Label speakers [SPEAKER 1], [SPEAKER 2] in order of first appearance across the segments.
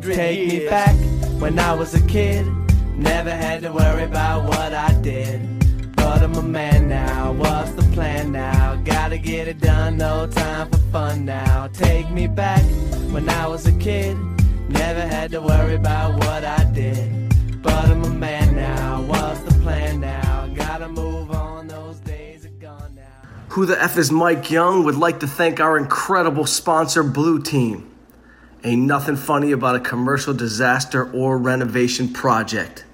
[SPEAKER 1] hundred Take years. me back when I was a kid. Never had to worry about what I did. But I'm a man now. What's the plan now? Gotta get it done. No time for fun now. Take me back when I was a kid. Never had to worry about what I did. But I'm a man now. What's the plan now? Gotta move on. Those days are gone now.
[SPEAKER 2] Who the F is Mike Young would like to thank our incredible sponsor, Blue Team. Ain't nothing funny about a commercial disaster or renovation project.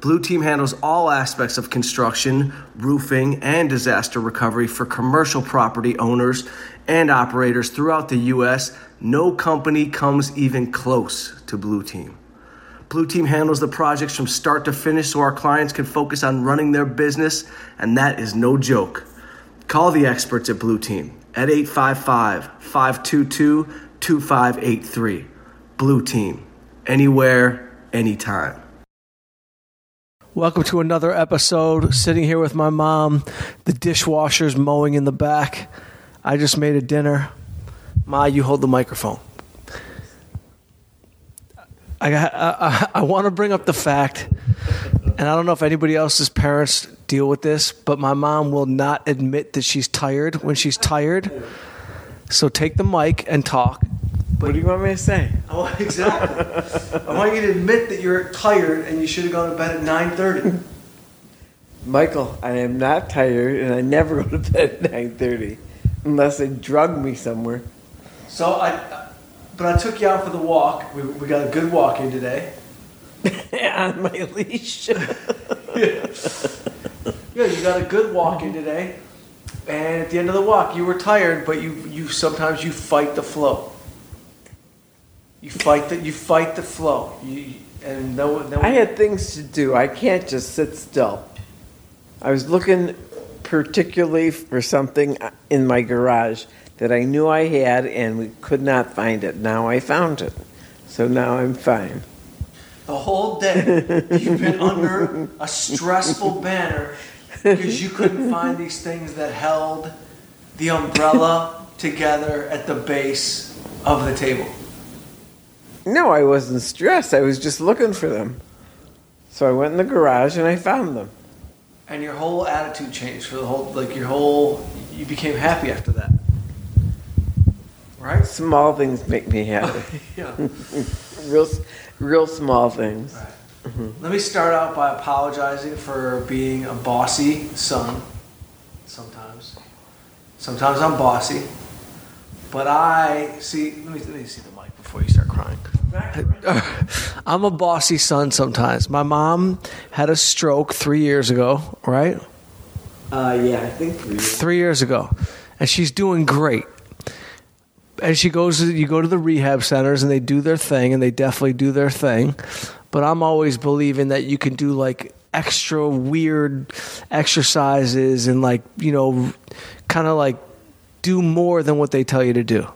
[SPEAKER 2] Blue Team handles all aspects of construction, roofing, and disaster recovery for commercial property owners and operators throughout the U.S. No company comes even close to Blue Team. Blue Team handles the projects from start to finish so our clients can focus on running their business, and that is no joke. Call the experts at Blue Team at 855 522 2583. Blue Team. Anywhere, anytime.
[SPEAKER 3] Welcome to another episode. Sitting here with my mom. The dishwasher's mowing in the back. I just made a dinner. Ma, you hold the microphone. I, got- I, I, I want to bring up the fact, and I don't know if anybody else's parents deal with this, but my mom will not admit that she's tired when she's tired. So take the mic and talk.
[SPEAKER 1] What do you want me to say?
[SPEAKER 3] I
[SPEAKER 2] Oh,
[SPEAKER 3] want, exactly. I want you to admit that you're tired and you should have gone to bed at nine thirty.
[SPEAKER 1] Michael, I am not tired and I never go to bed at 9.30 unless they drug me somewhere.
[SPEAKER 3] So I, but I took you out for the walk. We, we got a good walk in today.
[SPEAKER 1] on my leash.
[SPEAKER 3] Yeah, you got a good walk in today. And at the end of the walk, you were tired, but you you sometimes you fight the flow. You fight the you fight the flow. You and no no.
[SPEAKER 1] I had things to do. I can't just sit still. I was looking particularly for something in my garage that I knew I had and we could not find it. Now I found it. So now I'm fine.
[SPEAKER 3] The whole day, you've been under a stressful banner because you couldn't find these things that held the umbrella together at the base of the table.
[SPEAKER 1] No, I wasn't stressed. I was just looking for them. So I went in the garage and I found them.
[SPEAKER 3] And your whole attitude changed for the whole, like your whole, you became happy after that. Right?
[SPEAKER 1] Small things make me happy.
[SPEAKER 3] Yeah.
[SPEAKER 1] real, real small things.
[SPEAKER 3] Let me start out by apologizing for being a bossy son. Sometimes, sometimes I'm bossy, but I see. Let me, let me see the mic before you start crying. I'm a bossy son sometimes. My mom had a stroke three years ago, right?
[SPEAKER 1] Uh, yeah, I think for you.
[SPEAKER 3] Three years ago, and she's doing great. And she goes, to, you go to the rehab centers and they do their thing, and they definitely do their thing. But I'm always believing that you can do like extra weird exercises and like, you know, kind of like do more than what they tell you to do.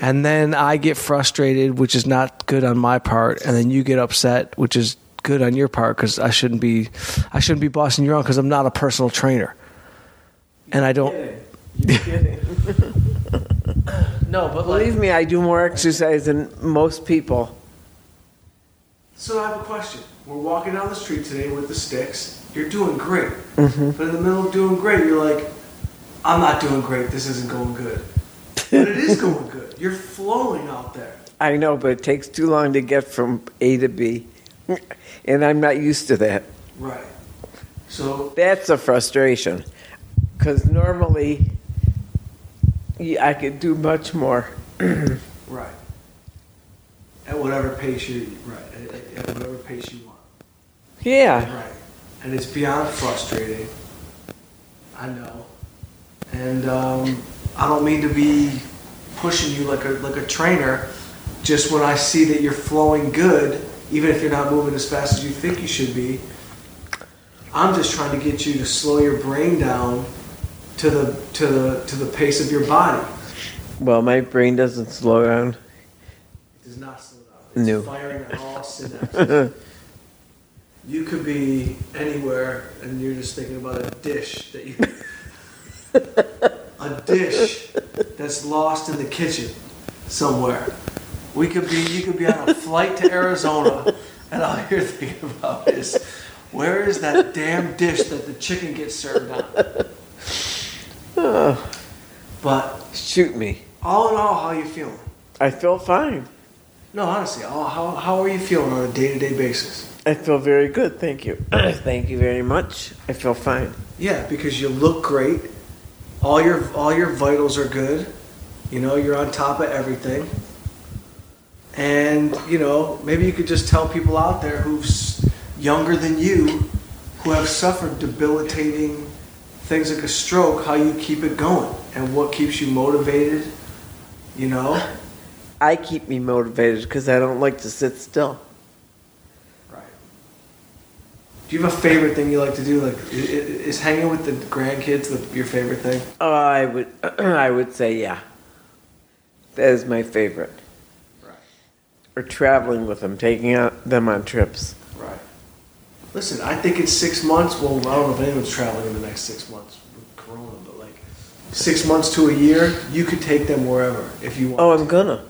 [SPEAKER 3] And then I get frustrated, which is not good on my part, and then you get upset, which is good on your part because I shouldn't be, I shouldn't be bossing you around because I'm not a personal trainer, and I don't. No, but like,
[SPEAKER 1] Believe me, I do more exercise than most people.
[SPEAKER 3] So I have a question. We're walking down the street today with the sticks. You're doing great. But in the middle of doing great, you're like, I'm not doing great. This isn't going good. But it is going good. You're flowing out there.
[SPEAKER 1] I know, but it takes too long to get from A to B. And I'm not used to that.
[SPEAKER 3] Right. So,
[SPEAKER 1] That's a frustration. Because normally, yeah, I could do much more.
[SPEAKER 3] right. At whatever pace you right. At, at- at whatever pace you want.
[SPEAKER 1] Yeah.
[SPEAKER 3] Right. And it's beyond frustrating. I know. And um, I don't mean to be pushing you like a like a trainer. Just when I see that you're flowing good, even if you're not moving as fast as you think you should be, I'm just trying to get you to slow your brain down to the to the to the pace of your body.
[SPEAKER 1] Well, my brain doesn't slow down.
[SPEAKER 3] It does not slow down. It's
[SPEAKER 1] No.
[SPEAKER 3] firing at all synapses. you could be anywhere and you're just thinking about a dish that you a dish that's lost in the kitchen somewhere. We could be, you could be on a flight to Arizona, and all you're thinking about is, where is that damn dish that the chicken gets served on? But
[SPEAKER 1] Oh, Shoot me.
[SPEAKER 3] all in all, how you feeling?
[SPEAKER 1] I feel fine.
[SPEAKER 3] No, honestly, all, how how are you feeling on a day to day basis?
[SPEAKER 1] I feel very good. Thank you. Thank you very much. I feel fine.
[SPEAKER 3] Yeah, because you look great. All your all your vitals are good. You know, you're on top of everything. And you know, maybe you could just tell people out there who's younger than you, who have suffered debilitating things like a stroke, how you keep it going and what keeps you motivated. You know,
[SPEAKER 1] I keep me motivated because I don't like to sit still.
[SPEAKER 3] right? Do you have a favorite thing you like to do? Like, i- i- is hanging with the grandkids the, your favorite thing?
[SPEAKER 1] Oh, I would, I would say yeah. That is my favorite.
[SPEAKER 3] Right.
[SPEAKER 1] Or traveling with them, taking out them on trips.
[SPEAKER 3] Right. Listen, I think in six months, well, I don't know if anyone's traveling in the next six months with Corona, but like six months to a year, you could take them wherever if you want.
[SPEAKER 1] Oh, I'm gonna.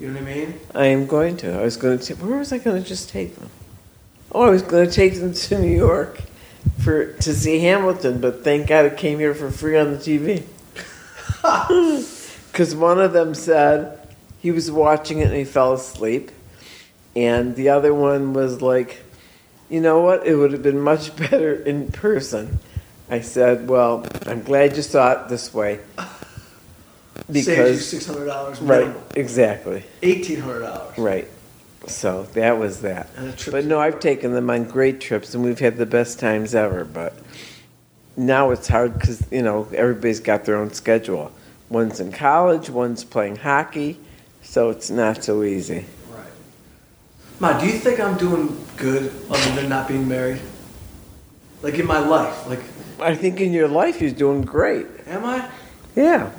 [SPEAKER 3] you know what I mean?
[SPEAKER 1] I am going to. I was going to. Where was I going to just take them? Oh, I was going to take them to New York for to see Hamilton, but thank God it came here for free on the TV. Because one of them said he was watching it and he fell asleep, and the other one was like, "You know what? It would have been much better in person." I said, "Well, I'm glad you saw it this way."
[SPEAKER 3] Saves
[SPEAKER 1] Because
[SPEAKER 3] you six hundred dollars,
[SPEAKER 1] right, exactly.
[SPEAKER 3] Eighteen hundred dollars.
[SPEAKER 1] Right. So that was that.
[SPEAKER 3] And a trip
[SPEAKER 1] But
[SPEAKER 3] to
[SPEAKER 1] no, I've
[SPEAKER 3] Europe.
[SPEAKER 1] taken them on great trips and we've had the best times ever. But now it's hard because, you know, everybody's got their own schedule. One's in college, one's playing hockey. So it's not so easy.
[SPEAKER 3] Right. Ma, do you think I'm doing good other than not being married? Like in my life, like
[SPEAKER 1] I think in your life you're doing great.
[SPEAKER 3] am I?
[SPEAKER 1] Yeah.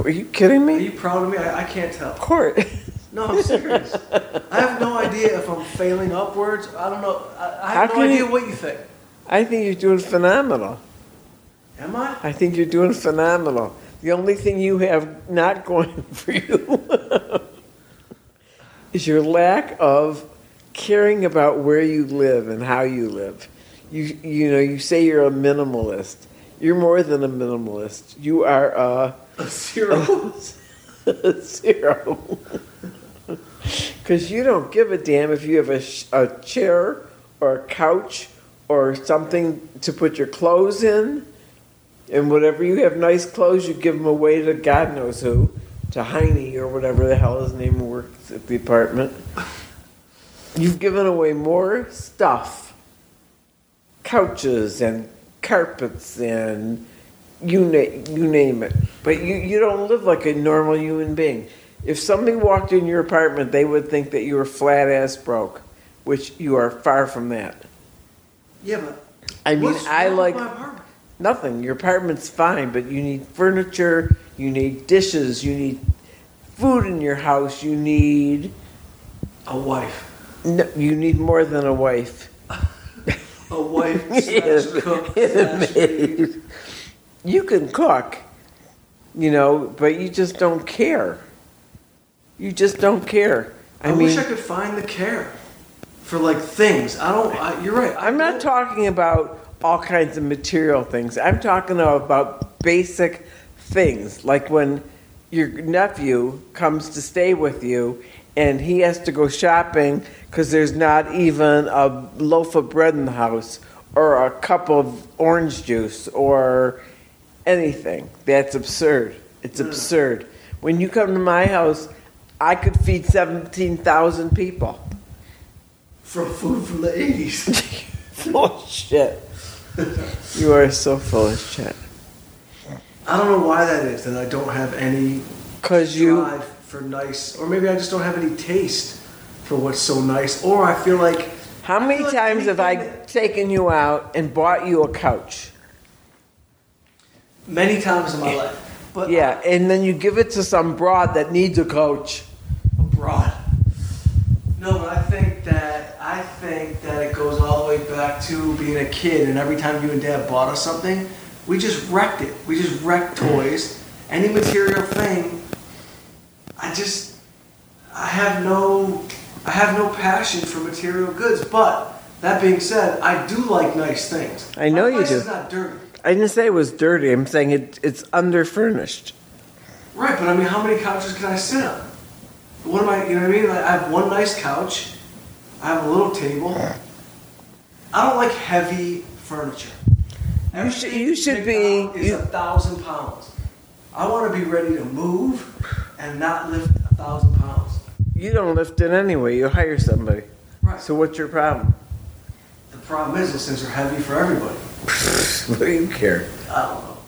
[SPEAKER 1] Are you kidding
[SPEAKER 3] Are
[SPEAKER 1] me?
[SPEAKER 3] you proud of me? I, I can't tell.
[SPEAKER 1] Of course.
[SPEAKER 3] No, I'm serious. I have no idea if I'm failing upwards. I don't know. I, I
[SPEAKER 1] How
[SPEAKER 3] have no
[SPEAKER 1] can
[SPEAKER 3] idea
[SPEAKER 1] you-
[SPEAKER 3] what you think.
[SPEAKER 1] I think you're doing phenomenal.
[SPEAKER 3] Am I?
[SPEAKER 1] I think you're doing phenomenal. The only thing you have not going for you is your lack of caring about where you live and how you live. You you know you say you're a minimalist. You're more than a minimalist. You are a
[SPEAKER 3] A
[SPEAKER 1] Oh.
[SPEAKER 3] zero.
[SPEAKER 1] zero. Because you don't give a damn if you have a, sh- a chair or a couch or something to put your clothes in. And whatever you have nice clothes, you give them away to God knows who, to Heine or whatever the hell his name works at the apartment. You've given away more stuff couches and carpets and you, na- you name it. But you, you don't live like a normal human being. If somebody walked in your apartment, they would think that you were flat ass broke, which you are far from that.
[SPEAKER 3] yeah, but
[SPEAKER 1] I mean,
[SPEAKER 3] what's
[SPEAKER 1] I
[SPEAKER 3] wrong with
[SPEAKER 1] like
[SPEAKER 3] my apartment?
[SPEAKER 1] nothing. Your apartment's fine, but you need furniture, you need dishes, you need food in your house, you need
[SPEAKER 3] a wife,
[SPEAKER 1] no, you need more than a wife.
[SPEAKER 3] a wife slash cook slash maid.
[SPEAKER 1] you can cook, you know, but you just don't care. You just don't care.
[SPEAKER 3] I,
[SPEAKER 1] I, mean,
[SPEAKER 3] wish I could find the care for like things. I don't. I, you're right. I
[SPEAKER 1] I'm not
[SPEAKER 3] don't-
[SPEAKER 1] talking about all kinds of material things. I'm talking about basic things, like when your nephew comes to stay with you and he has to go shopping because there's not even a loaf of bread in the house or a cup of orange juice or anything. That's absurd. It's absurd. When you come to my house, I could feed 17,000 people.
[SPEAKER 3] from food from the '80s.
[SPEAKER 1] full of shit. You are so full of shit.
[SPEAKER 3] I don't know why that is that I don't have any
[SPEAKER 1] Cause you,
[SPEAKER 3] drive for nice, or maybe I just don't have any taste for what's so nice, or I feel like
[SPEAKER 1] how
[SPEAKER 3] I
[SPEAKER 1] many
[SPEAKER 3] feel like
[SPEAKER 1] times have I
[SPEAKER 3] anything
[SPEAKER 1] taken you out and bought you a couch?
[SPEAKER 3] that- many times in my life, but
[SPEAKER 1] Yeah, and then you give it to some broad that needs a couch.
[SPEAKER 3] abroad. No, but I think that I think that it goes all the way back to being a kid, and every time you and Dad bought us something, we just wrecked it. We just
[SPEAKER 1] Mm-hmm.
[SPEAKER 3] wrecked toys, any material thing. I just I have no I have no passion for material goods, but that being said, I do like nice things.
[SPEAKER 1] I know
[SPEAKER 3] My
[SPEAKER 1] you
[SPEAKER 3] place
[SPEAKER 1] do.
[SPEAKER 3] Is not dirty.
[SPEAKER 1] I didn't say it was dirty. I'm saying it, it's underfurnished.
[SPEAKER 3] Right, but I mean, how many couches can I sit on? What am I? You know what I mean? Like, I have one nice couch. I have a little table. I don't like heavy furniture.
[SPEAKER 1] You should-
[SPEAKER 3] Everything
[SPEAKER 1] you should
[SPEAKER 3] picked
[SPEAKER 1] be-
[SPEAKER 3] out Is
[SPEAKER 1] you-
[SPEAKER 3] a thousand pounds. I want to be ready to move and not lift a thousand pounds.
[SPEAKER 1] You don't lift it anyway. You hire somebody.
[SPEAKER 3] Right.
[SPEAKER 1] So what's your problem?
[SPEAKER 3] The problem is, those things are heavy for everybody.
[SPEAKER 1] What do you care?
[SPEAKER 3] I don't know.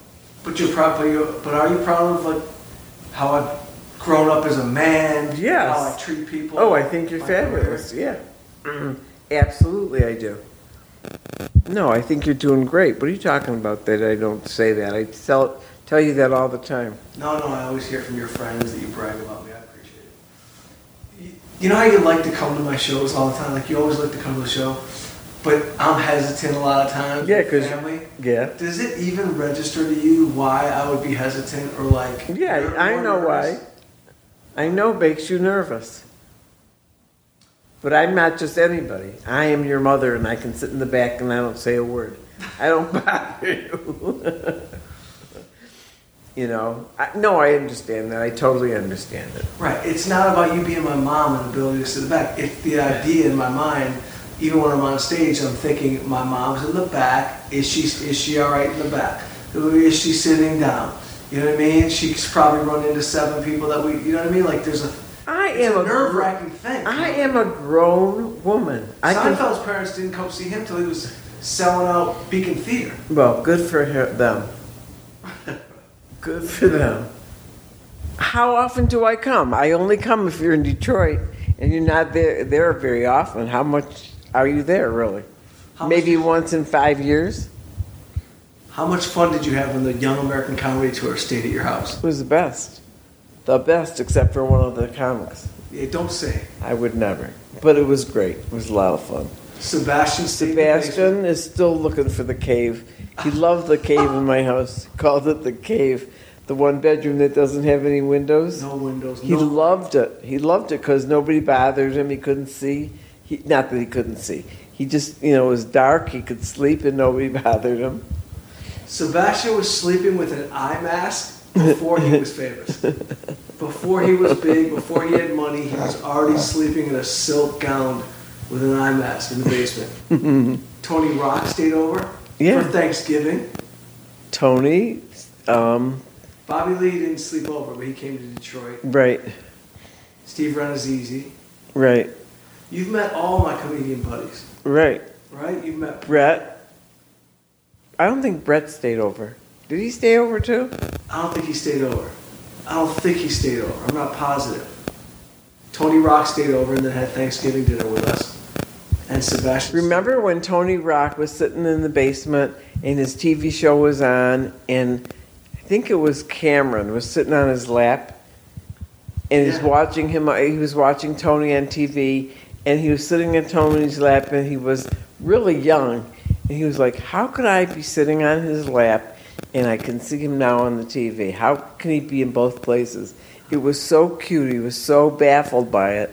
[SPEAKER 3] But you're proud. But, you but are you proud of like how I've grown up as a man?
[SPEAKER 1] Yes.
[SPEAKER 3] How I treat people.
[SPEAKER 1] Oh, I think you're
[SPEAKER 3] my career?
[SPEAKER 1] fabulous. Yeah. Mm, Absolutely, I do. No, I think you're doing great. What are you talking about that I don't say that? I tell, tell you that all the time.
[SPEAKER 3] No, no, I always hear from your friends that you brag about me. I appreciate it. You- You know how you like to come to my shows all the time? Like, you always like to come to the show, but I'm hesitant a lot of times.
[SPEAKER 1] Yeah,
[SPEAKER 3] with
[SPEAKER 1] 'cause-
[SPEAKER 3] Family.
[SPEAKER 1] Yeah.
[SPEAKER 3] Does it even register to you why I would be hesitant or like.
[SPEAKER 1] Yeah,
[SPEAKER 3] you're
[SPEAKER 1] I
[SPEAKER 3] more
[SPEAKER 1] know why.
[SPEAKER 3] nervous?
[SPEAKER 1] I know it makes you nervous. But I'm not just anybody. I am your mother, and I can sit in the back and I don't say a word. I don't bother you. you know? I, no, I understand that. I totally understand it.
[SPEAKER 3] Right. It's not about you being my mom and the ability to sit in the back. It's the idea in my mind, even when I'm on stage, I'm thinking my mom's in the back. Is she is she all right in the back? Is she sitting down? You know what I mean? She's probably run into seven people that we. You know what I mean? Like there's a.
[SPEAKER 1] I
[SPEAKER 3] It's
[SPEAKER 1] am
[SPEAKER 3] a
[SPEAKER 1] a
[SPEAKER 3] nerve wracking thing.
[SPEAKER 1] I am a grown woman. I can,
[SPEAKER 3] Seinfeld's parents didn't come see him till he was selling out Beacon Theater.
[SPEAKER 1] well, good for her, them. Good for them. How often do I come? I only come if you're in Detroit and you're not there, there very often. How much are you there, really?
[SPEAKER 3] How
[SPEAKER 1] Maybe
[SPEAKER 3] much,
[SPEAKER 1] once in five years?
[SPEAKER 3] How much fun did you have when the Young American Comedy Tour stayed at your house?
[SPEAKER 1] It was the best. The best, except for one of the comics.
[SPEAKER 3] Yeah, don't say.
[SPEAKER 1] I would never. But it was great. It was a lot of fun.
[SPEAKER 3] Sebastian. stayed in the basement.
[SPEAKER 1] Sebastian is still looking for the cave. He loved the cave in my house. Called it the cave, the one bedroom that doesn't have any windows.
[SPEAKER 3] No windows.
[SPEAKER 1] He
[SPEAKER 3] no
[SPEAKER 1] loved it. He loved it because nobody bothered him. He couldn't see. He, not that he couldn't see. He just, you know, it was dark. He could sleep and nobody bothered him.
[SPEAKER 3] Sebastian was sleeping with an eye mask before he was famous. Before he was big, before he had money, he was already sleeping in a silk gown with an eye mask in the basement. Tony Rock stayed over
[SPEAKER 1] Yeah.
[SPEAKER 3] for Thanksgiving.
[SPEAKER 1] Tony, um,
[SPEAKER 3] Bobby Lee didn't sleep over, but he came to Detroit.
[SPEAKER 1] right,
[SPEAKER 3] Steve Renazizi.
[SPEAKER 1] right,
[SPEAKER 3] You've met all my comedian buddies,
[SPEAKER 1] right.
[SPEAKER 3] right? You've met.
[SPEAKER 1] Brett. I don't think Brett stayed over. Did he stay over too?
[SPEAKER 3] I don't think he stayed over. I don't think he stayed over. I'm not positive. Tony Rock stayed over and then had Thanksgiving dinner with us. And Sebastian.
[SPEAKER 1] Remember when Tony Rock was sitting in the basement and his TV show was on, and I think it was Cameron was sitting on his lap, and he's
[SPEAKER 3] Yeah.
[SPEAKER 1] watching him. uh, He was watching Tony on TV, and he was sitting in Tony's lap, and he was really young, and he was like, "How could I be sitting on his lap?" And I can see him now on the TV. How can he be in both places? It was so cute. He was so baffled by it.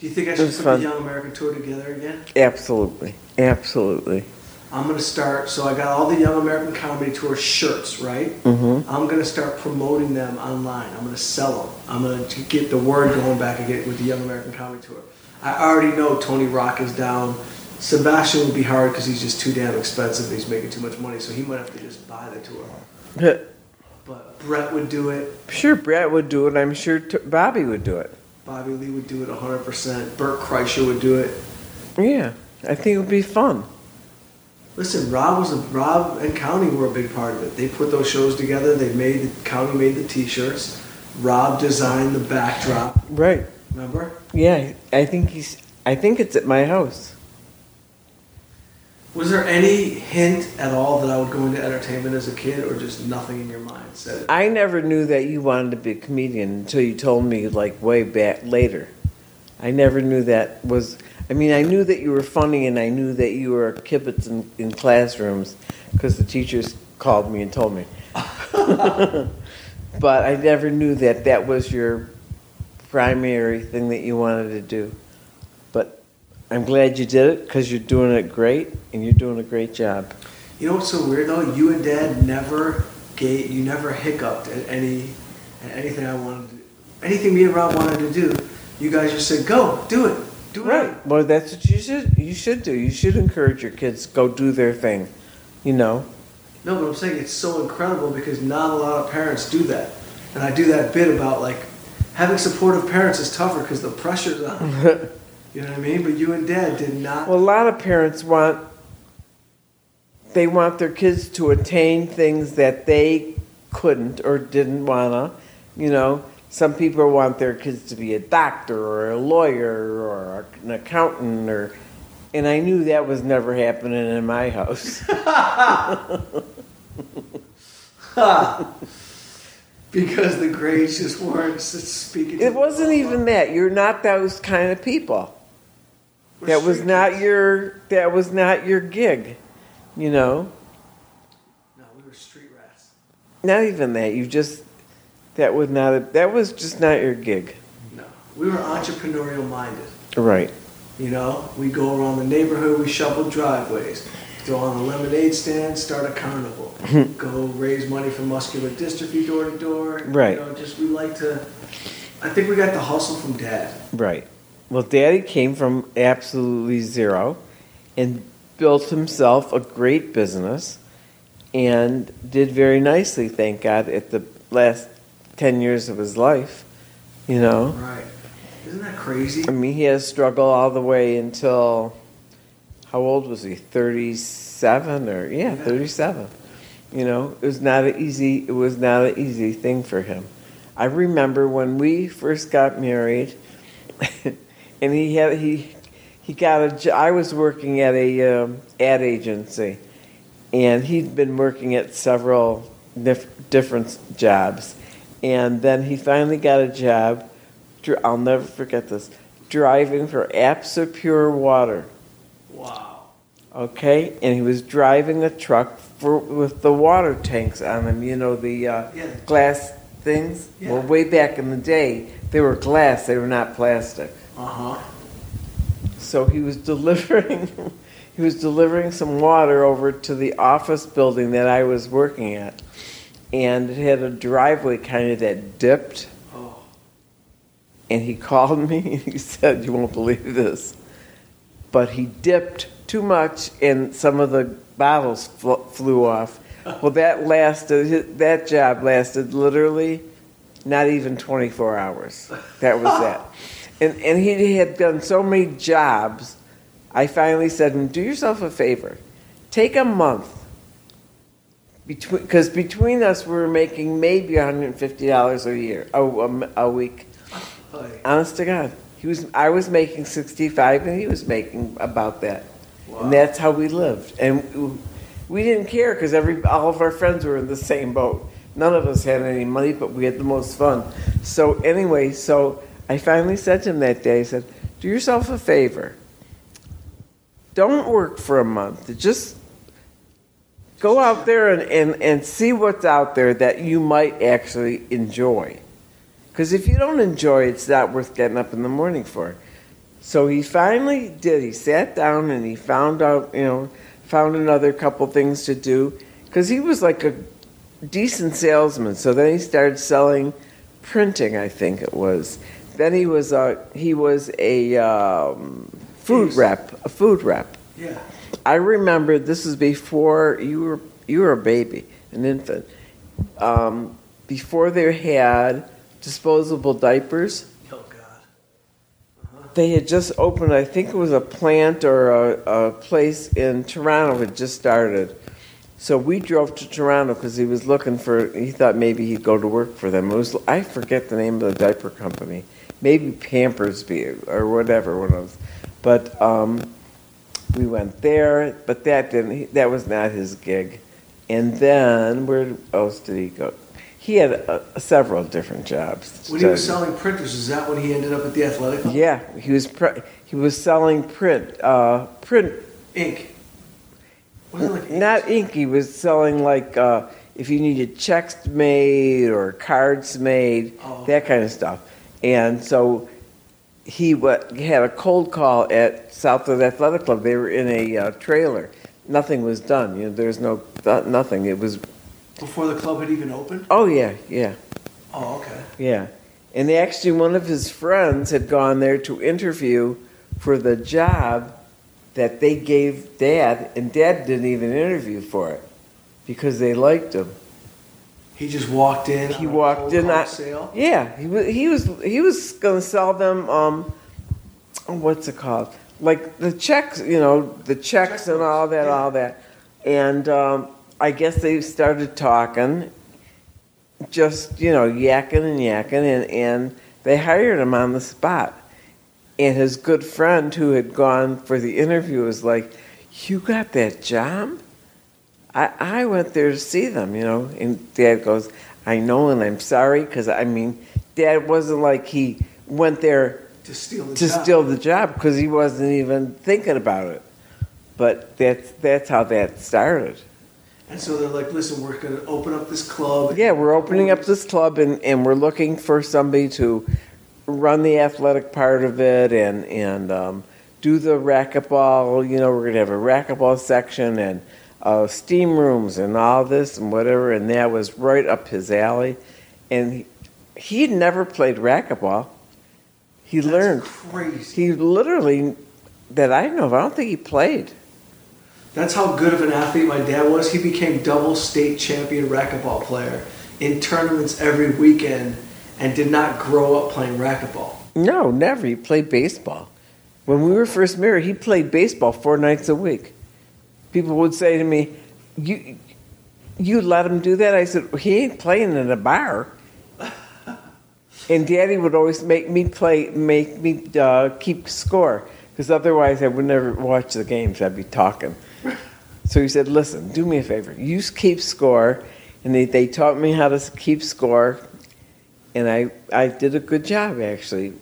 [SPEAKER 3] Do you think I
[SPEAKER 1] It
[SPEAKER 3] should
[SPEAKER 1] was
[SPEAKER 3] put
[SPEAKER 1] fun.
[SPEAKER 3] the Young American Tour together again?
[SPEAKER 1] Absolutely, absolutely.
[SPEAKER 3] I'm going to start. So I got all the Young American Comedy Tour shirts, right? Mm-hmm. I'm going to start promoting them online. I'm going to sell them. I'm going to get the word going back again with the Young American Comedy Tour. I already know Tony Rock is down. Sebastian would be hard because he's just too damn expensive. and He's making too much money, so he might have to just buy the tour. But Brett would do it.
[SPEAKER 1] Sure, Brett would do it. I'm sure t- Bobby would do it.
[SPEAKER 3] Bobby Lee would do it 100%. Bert Kreischer would do it.
[SPEAKER 1] Yeah, I think it would be fun.
[SPEAKER 3] Listen, Rob was a, Rob and County were a big part of it. They put those shows together. They made the County made the T-shirts. Rob designed the backdrop.
[SPEAKER 1] Right.
[SPEAKER 3] Remember?
[SPEAKER 1] Yeah, I think he's. I think it's at my house.
[SPEAKER 3] Was there any hint at all that I would go into entertainment as a kid, or just nothing in your mind said it?
[SPEAKER 1] I never knew that you wanted to be a comedian until you told me, like, way back later. I never knew that was. I mean, I knew that you were funny and I knew that you were a kibitz in, in classrooms because the teachers called me and told me. but I never knew that that was your primary thing that you wanted to do. But I'm glad you did it because you're doing it great and you're doing a great job.
[SPEAKER 3] You know what's so weird though? You and Dad never gave, you never hiccuped at any, at anything I wanted, to, anything me and Rob wanted to do. You guys just said, "Go, do it, do it."
[SPEAKER 1] Right. Well, that's what you should you should do. You should encourage your kids go do their thing. You know.
[SPEAKER 3] No, but I'm saying it's so incredible because not a lot of parents do that, and I do that bit about like having supportive parents is tougher because the pressure's on. you know what I mean? But you and Dad did not.
[SPEAKER 1] Well, a lot of parents want they want their kids to attain things that they couldn't or didn't wanna. You know, some people want their kids to be a doctor or a lawyer or an accountant or and I knew that was never happening in my house.
[SPEAKER 3] because the grades just weren't s- speaking. to
[SPEAKER 1] It
[SPEAKER 3] the
[SPEAKER 1] wasn't
[SPEAKER 3] level.
[SPEAKER 1] even that. You're not those kind of people.
[SPEAKER 3] We're
[SPEAKER 1] That was
[SPEAKER 3] street
[SPEAKER 1] not
[SPEAKER 3] kids.
[SPEAKER 1] your that was not your gig. You know?
[SPEAKER 3] No, we were street rats.
[SPEAKER 1] Not even that. You just that was not a, that was just not your gig.
[SPEAKER 3] No, we were entrepreneurial minded.
[SPEAKER 1] Right.
[SPEAKER 3] You know, we go around the neighborhood, we shovel driveways, throw on a lemonade stand, start a carnival, go raise money for muscular dystrophy door to door.
[SPEAKER 1] Right.
[SPEAKER 3] You know, just we like to. I think we got the hustle from dad.
[SPEAKER 1] Right. Well, Daddy came from absolutely zero and built himself a great business and did very nicely, thank God, at the last 10 years of his life. You know,
[SPEAKER 3] Right. Isn't that crazy?
[SPEAKER 1] I mean, he has struggled all the way until how old was he? 37 or, yeah, 37. You know, it was not an easy, it was not an easy thing for him. I remember when we first got married, and he had he he got a jo- I was working at a um, ad agency, and he'd been working at several dif- different jobs, and then he finally got a job. dr- I'll never forget this. Driving for Apsa Pure Water.
[SPEAKER 3] Wow.
[SPEAKER 1] Okay, and he was driving a truck for, with the water tanks on them. You know the uh,
[SPEAKER 3] Yeah.
[SPEAKER 1] glass things.
[SPEAKER 3] Yeah.
[SPEAKER 1] Well, way back in the day, they were glass; they were not plastic.
[SPEAKER 3] Uh huh.
[SPEAKER 1] So he was delivering, he was delivering some water over to the office building that I was working at, and it had a driveway kind of that dipped.
[SPEAKER 3] Oh.
[SPEAKER 1] And he called me and he said, "You won't believe this." but he dipped too much and some of the bottles fl- flew off. Well, that lasted, hi- that job lasted literally not even 24 hours. That was that. And, and he had done so many jobs, I finally said to him, Do yourself a favor, take a month. Because between us, we were making maybe $150 a year, a, a m- a week.
[SPEAKER 3] Hey.
[SPEAKER 1] Honest to God, he was. I was making sixty-five, and he was making about that,
[SPEAKER 3] Wow.
[SPEAKER 1] and that's how we lived. And we didn't care because every all of our friends were in the same boat. None of us had any money, but we had the most fun. So anyway, so I finally said to him that day, I said, "Do yourself a favor. Don't work for a month. Just go out there and, and, and see what's out there that you might actually enjoy. Because if you don't enjoy it, it's not worth getting up in the morning for. So he finally did. He sat down and he found out, you know, found another couple things to do. Because he was like a decent salesman. So then he started selling printing, I think it was. Then he was a, he was a um, food rep, a food rep.
[SPEAKER 3] Yeah.
[SPEAKER 1] I remember this was before you were you were a baby, an infant. Um, before they had disposable diapers,
[SPEAKER 3] Oh God.
[SPEAKER 1] they had just opened. I think it was a plant or a, a place in Toronto had just started. So we drove to Toronto because he was looking for. He thought maybe he'd go to work for them. It was I forget the name of the diaper company, maybe Pampersby or whatever one of those. But um, we went there, but that didn't. That was not his gig. And then where else did he go? He had uh, several different jobs.
[SPEAKER 3] When he was
[SPEAKER 1] So-
[SPEAKER 3] selling printers, is that when he ended up at the athletic? Club?
[SPEAKER 1] yeah, he was pr he was selling print uh, print
[SPEAKER 3] Ink. Wasn't it like ink?
[SPEAKER 1] not ink. He was selling like uh, if you needed checks made or cards made,
[SPEAKER 3] Oh.
[SPEAKER 1] that kind of stuff. And so he wa had a cold call at Southwood Athletic Club. They were in a uh, trailer. Nothing was done. You know, there's no nothing. It was
[SPEAKER 3] Before the club had even opened?
[SPEAKER 1] oh yeah, yeah.
[SPEAKER 3] Oh, okay.
[SPEAKER 1] Yeah. And they actually, one of his friends had gone there to interview for the job that they gave dad, and dad didn't even interview for it because they liked him.
[SPEAKER 3] He just walked in.
[SPEAKER 1] He
[SPEAKER 3] on a
[SPEAKER 1] walked
[SPEAKER 3] cold
[SPEAKER 1] in.
[SPEAKER 3] hard
[SPEAKER 1] I-
[SPEAKER 3] sale.
[SPEAKER 1] Yeah, he was. He was. He was going to sell them. Um, oh, what's it called? Like the checks, you know, the checks and all that, all that. And um, I guess they started talking, just you know, yakking and yakking, and and they hired him on the spot. And his good friend who had gone for the interview was like, "You got that job." I, I went there to see them, you know. And dad goes, I know and I'm sorry because I mean, dad wasn't like he went there
[SPEAKER 3] To steal the
[SPEAKER 1] to
[SPEAKER 3] job.
[SPEAKER 1] steal the job because he wasn't even thinking about it. But that's that's how that started.
[SPEAKER 3] And so they're like, listen, we're going to open up this club.
[SPEAKER 1] Yeah, we're opening up this club and, and we're looking for somebody to run the athletic part of it and and um, do the racquetball. You know, we're gonna have a racquetball section and uh, steam rooms and all this and whatever. And that was right up his alley. And he, he'd never played racquetball. He
[SPEAKER 3] That's
[SPEAKER 1] learned.
[SPEAKER 3] crazy.
[SPEAKER 1] He literally, that I know of, I don't think he played.
[SPEAKER 3] That's how good of an athlete my dad was. He became double state champion racquetball player in tournaments every weekend and did not grow up playing racquetball.
[SPEAKER 1] No, never. He played baseball. When we were first married, he played baseball four nights a week. People would say to me, "You, you let him do that?" I said, "He ain't playing in a bar." and Daddy would always make me play, make me uh, keep score, because otherwise I would never watch the games. I'd be talking. So he said, "Listen, do me a favor. You s- keep score." And they, they taught me how to s- keep score, and I I did a good job actually.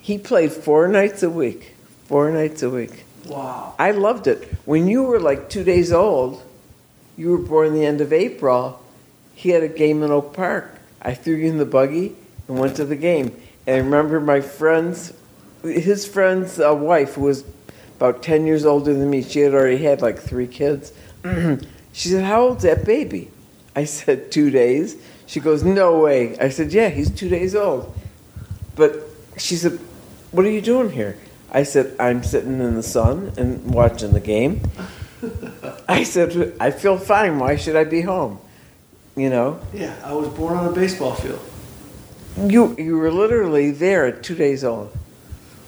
[SPEAKER 1] He played four nights a week, four nights a week.
[SPEAKER 3] Wow.
[SPEAKER 1] I loved it. When you were like two days old, you were born the end of April. He had a game in Oak Park. I threw you in the buggy and went to the game. And I remember my friend's, his friend's uh, wife, who was about 10 years older than me, she had already had like three kids. she said, How old's that baby? I said, Two days. She goes, No way. I said, Yeah, he's two days old. But she said, What are you doing here? I said, I'm sitting in the sun and watching the game. I said, I feel fine. Why should I be home? You know,
[SPEAKER 3] Yeah, I was born on a baseball field.
[SPEAKER 1] you you were literally there at two days old.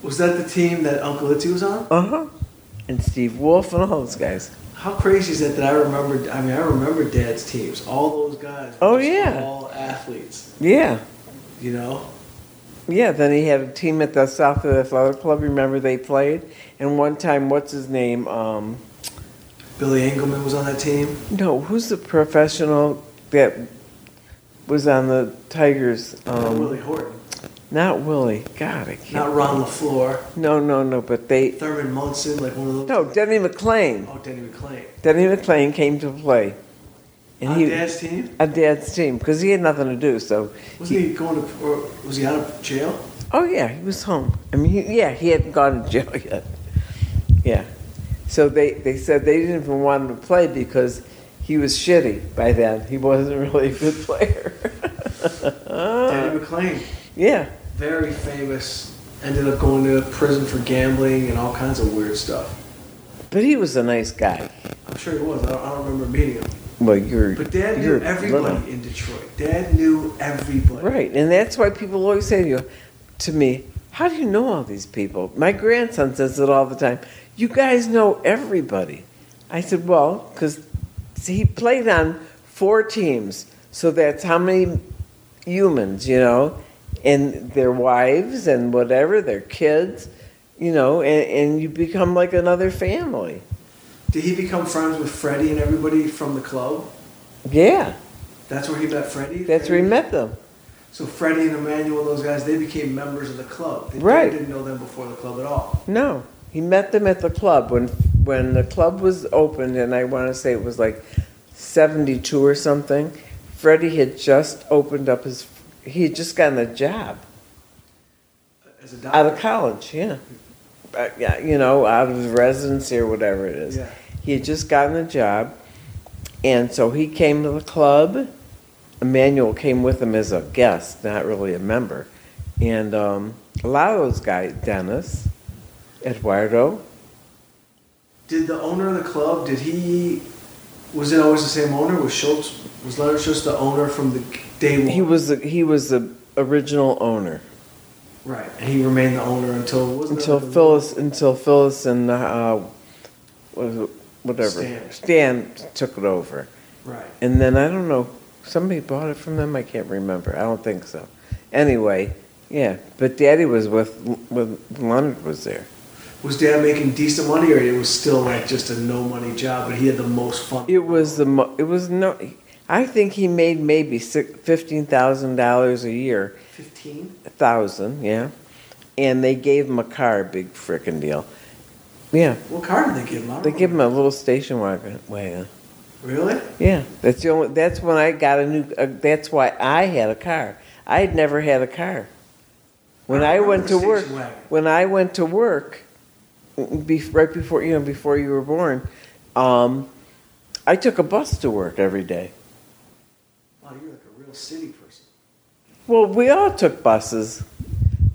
[SPEAKER 3] Was that the team that Uncle Itzy was on?
[SPEAKER 1] Uh huh. And Steve Wolf and all those guys.
[SPEAKER 3] How crazy is that that I remembered? I mean, I remember Dad's teams. All those guys. were
[SPEAKER 1] Oh,
[SPEAKER 3] just
[SPEAKER 1] yeah.
[SPEAKER 3] All athletes,
[SPEAKER 1] Yeah.
[SPEAKER 3] you know?
[SPEAKER 1] Yeah, then he had a team at the South of Athletic Club. Remember they played? And one time, what's his name? Um,
[SPEAKER 3] Billy Engelman was on that team.
[SPEAKER 1] no, who's the professional that was on the Tigers?
[SPEAKER 3] Not
[SPEAKER 1] Um,
[SPEAKER 3] Willie Horton.
[SPEAKER 1] not Willie. God, I can't.
[SPEAKER 3] Not Ron LaFleur.
[SPEAKER 1] No, no, no. But they.
[SPEAKER 3] Thurman Munson, like one of those.
[SPEAKER 1] No, Denny McClain.
[SPEAKER 3] Oh, Denny McClain.
[SPEAKER 1] Denny McClain came to play, and
[SPEAKER 3] on
[SPEAKER 1] he
[SPEAKER 3] Dad's team?
[SPEAKER 1] on dad's team because he had nothing to do. So,
[SPEAKER 3] Wasn't he going to, or was he out of jail?
[SPEAKER 1] oh yeah, he was home. I mean, he, yeah, he hadn't gone to jail yet. Yeah, so they they said they didn't even want him to play because he was shitty by then. He wasn't really a good player. Uh,
[SPEAKER 3] Denny McClain,
[SPEAKER 1] yeah,
[SPEAKER 3] very famous, ended up going to prison for gambling and all kinds of weird stuff.
[SPEAKER 1] but he was a nice guy.
[SPEAKER 3] I'm sure he was. I don't, I don't remember meeting him.
[SPEAKER 1] Well, you're
[SPEAKER 3] But Dad
[SPEAKER 1] you're
[SPEAKER 3] knew everybody
[SPEAKER 1] little.
[SPEAKER 3] in Detroit. Dad knew everybody.
[SPEAKER 1] Right, and that's why people always say to you, to me, how do you know all these people? My grandson says it all the time. You guys know everybody. I said, well, because he played on four teams, so that's how many humans, you know, and their wives and whatever, their kids, you know, and, and you become like another family.
[SPEAKER 3] Did he become friends with Freddie and everybody from the club?
[SPEAKER 1] Yeah,
[SPEAKER 3] That's where he met Freddie.
[SPEAKER 1] that's where he met them.
[SPEAKER 3] So Freddie and Emmanuel, those guys, they became members of the club. They
[SPEAKER 1] Right.
[SPEAKER 3] Didn't know them before the club at all.
[SPEAKER 1] No, he met them at the club when when the club was opened, and I want to say it was like seventy two or something. Freddie had just opened up his. He had just gotten a job.
[SPEAKER 3] As a
[SPEAKER 1] out
[SPEAKER 3] doctor.
[SPEAKER 1] of college, yeah. Uh, yeah, you know, out of residency or whatever it is.
[SPEAKER 3] Yeah.
[SPEAKER 1] He had just gotten a job, and so he came to the club. Emmanuel came with him as a guest, not really a member. And um, a lot of those guys, Dennis, Eduardo,
[SPEAKER 3] Did the owner of the club? Did he? Was it always the same owner? Was Schultz? Was Leonard Schultz the owner from the day one?
[SPEAKER 1] he was the, he was the original owner
[SPEAKER 3] right, and he remained the owner until wasn't
[SPEAKER 1] until
[SPEAKER 3] there-
[SPEAKER 1] Phyllis until Phyllis and uh, was it- whatever
[SPEAKER 3] Stan.
[SPEAKER 1] Stan took it over.
[SPEAKER 3] Right.
[SPEAKER 1] And then I don't know, somebody bought it from them. I can't remember. I don't think so. Anyway, yeah. But Daddy was with with Leonard was there.
[SPEAKER 3] Was Dad making decent money, or it was still like just a no money job, but he had the most fun?
[SPEAKER 1] It was the mo- it was no. I think he made maybe six, fifteen thousand dollars a year,
[SPEAKER 3] fifteen.
[SPEAKER 1] a thousand, yeah. And they gave him a car, big frickin' deal. Yeah,
[SPEAKER 3] What car did they give him? I don't
[SPEAKER 1] they give him
[SPEAKER 3] remember.
[SPEAKER 1] a little station wagon. wagon.
[SPEAKER 3] really.
[SPEAKER 1] Yeah, that's the only. That's when I got a new. Uh, that's why I had a car. I had never had a car. When
[SPEAKER 3] I
[SPEAKER 1] I, went to
[SPEAKER 3] remember
[SPEAKER 1] work,
[SPEAKER 3] station wagon.
[SPEAKER 1] when I went to work, be, right before you know, before you were born, um, I took a bus to work every day.
[SPEAKER 3] Wow, you're like a real city person.
[SPEAKER 1] Well, we all took buses.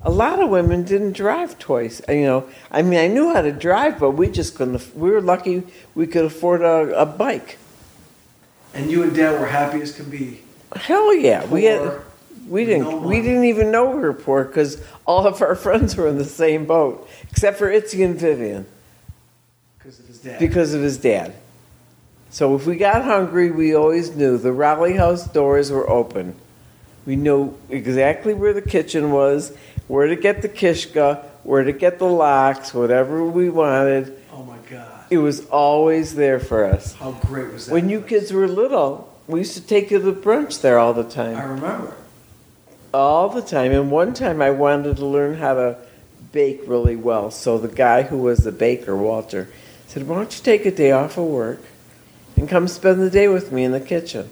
[SPEAKER 1] A lot of women didn't drive twice. uh, You know, I mean, I knew how to drive, but we just couldn't. aff- We were lucky we could afford a, a bike.
[SPEAKER 3] And you and Dad were happy as can be.
[SPEAKER 1] Hell yeah, we had.
[SPEAKER 3] Poor.
[SPEAKER 1] We
[SPEAKER 3] No
[SPEAKER 1] didn't.
[SPEAKER 3] money.
[SPEAKER 1] we didn't even know we were poor because all of our friends were in the same boat, except for Itzy and Vivian
[SPEAKER 3] because of his dad.
[SPEAKER 1] because of his dad. So if we got hungry, we always knew the Raleigh House doors were open. We knew exactly where the kitchen was, where to get the kishka, where to get the locks, whatever we wanted.
[SPEAKER 3] oh my God,
[SPEAKER 1] It was always there for us.
[SPEAKER 3] how great was that?
[SPEAKER 1] When you
[SPEAKER 3] place?
[SPEAKER 1] kids were little, we used to take you to brunch there all the time.
[SPEAKER 3] I remember.
[SPEAKER 1] all the time. And one time I wanted to learn how to bake really well. So the guy who was the baker, Walter, said, Why don't you take a day off of work and come spend the day with me in the kitchen?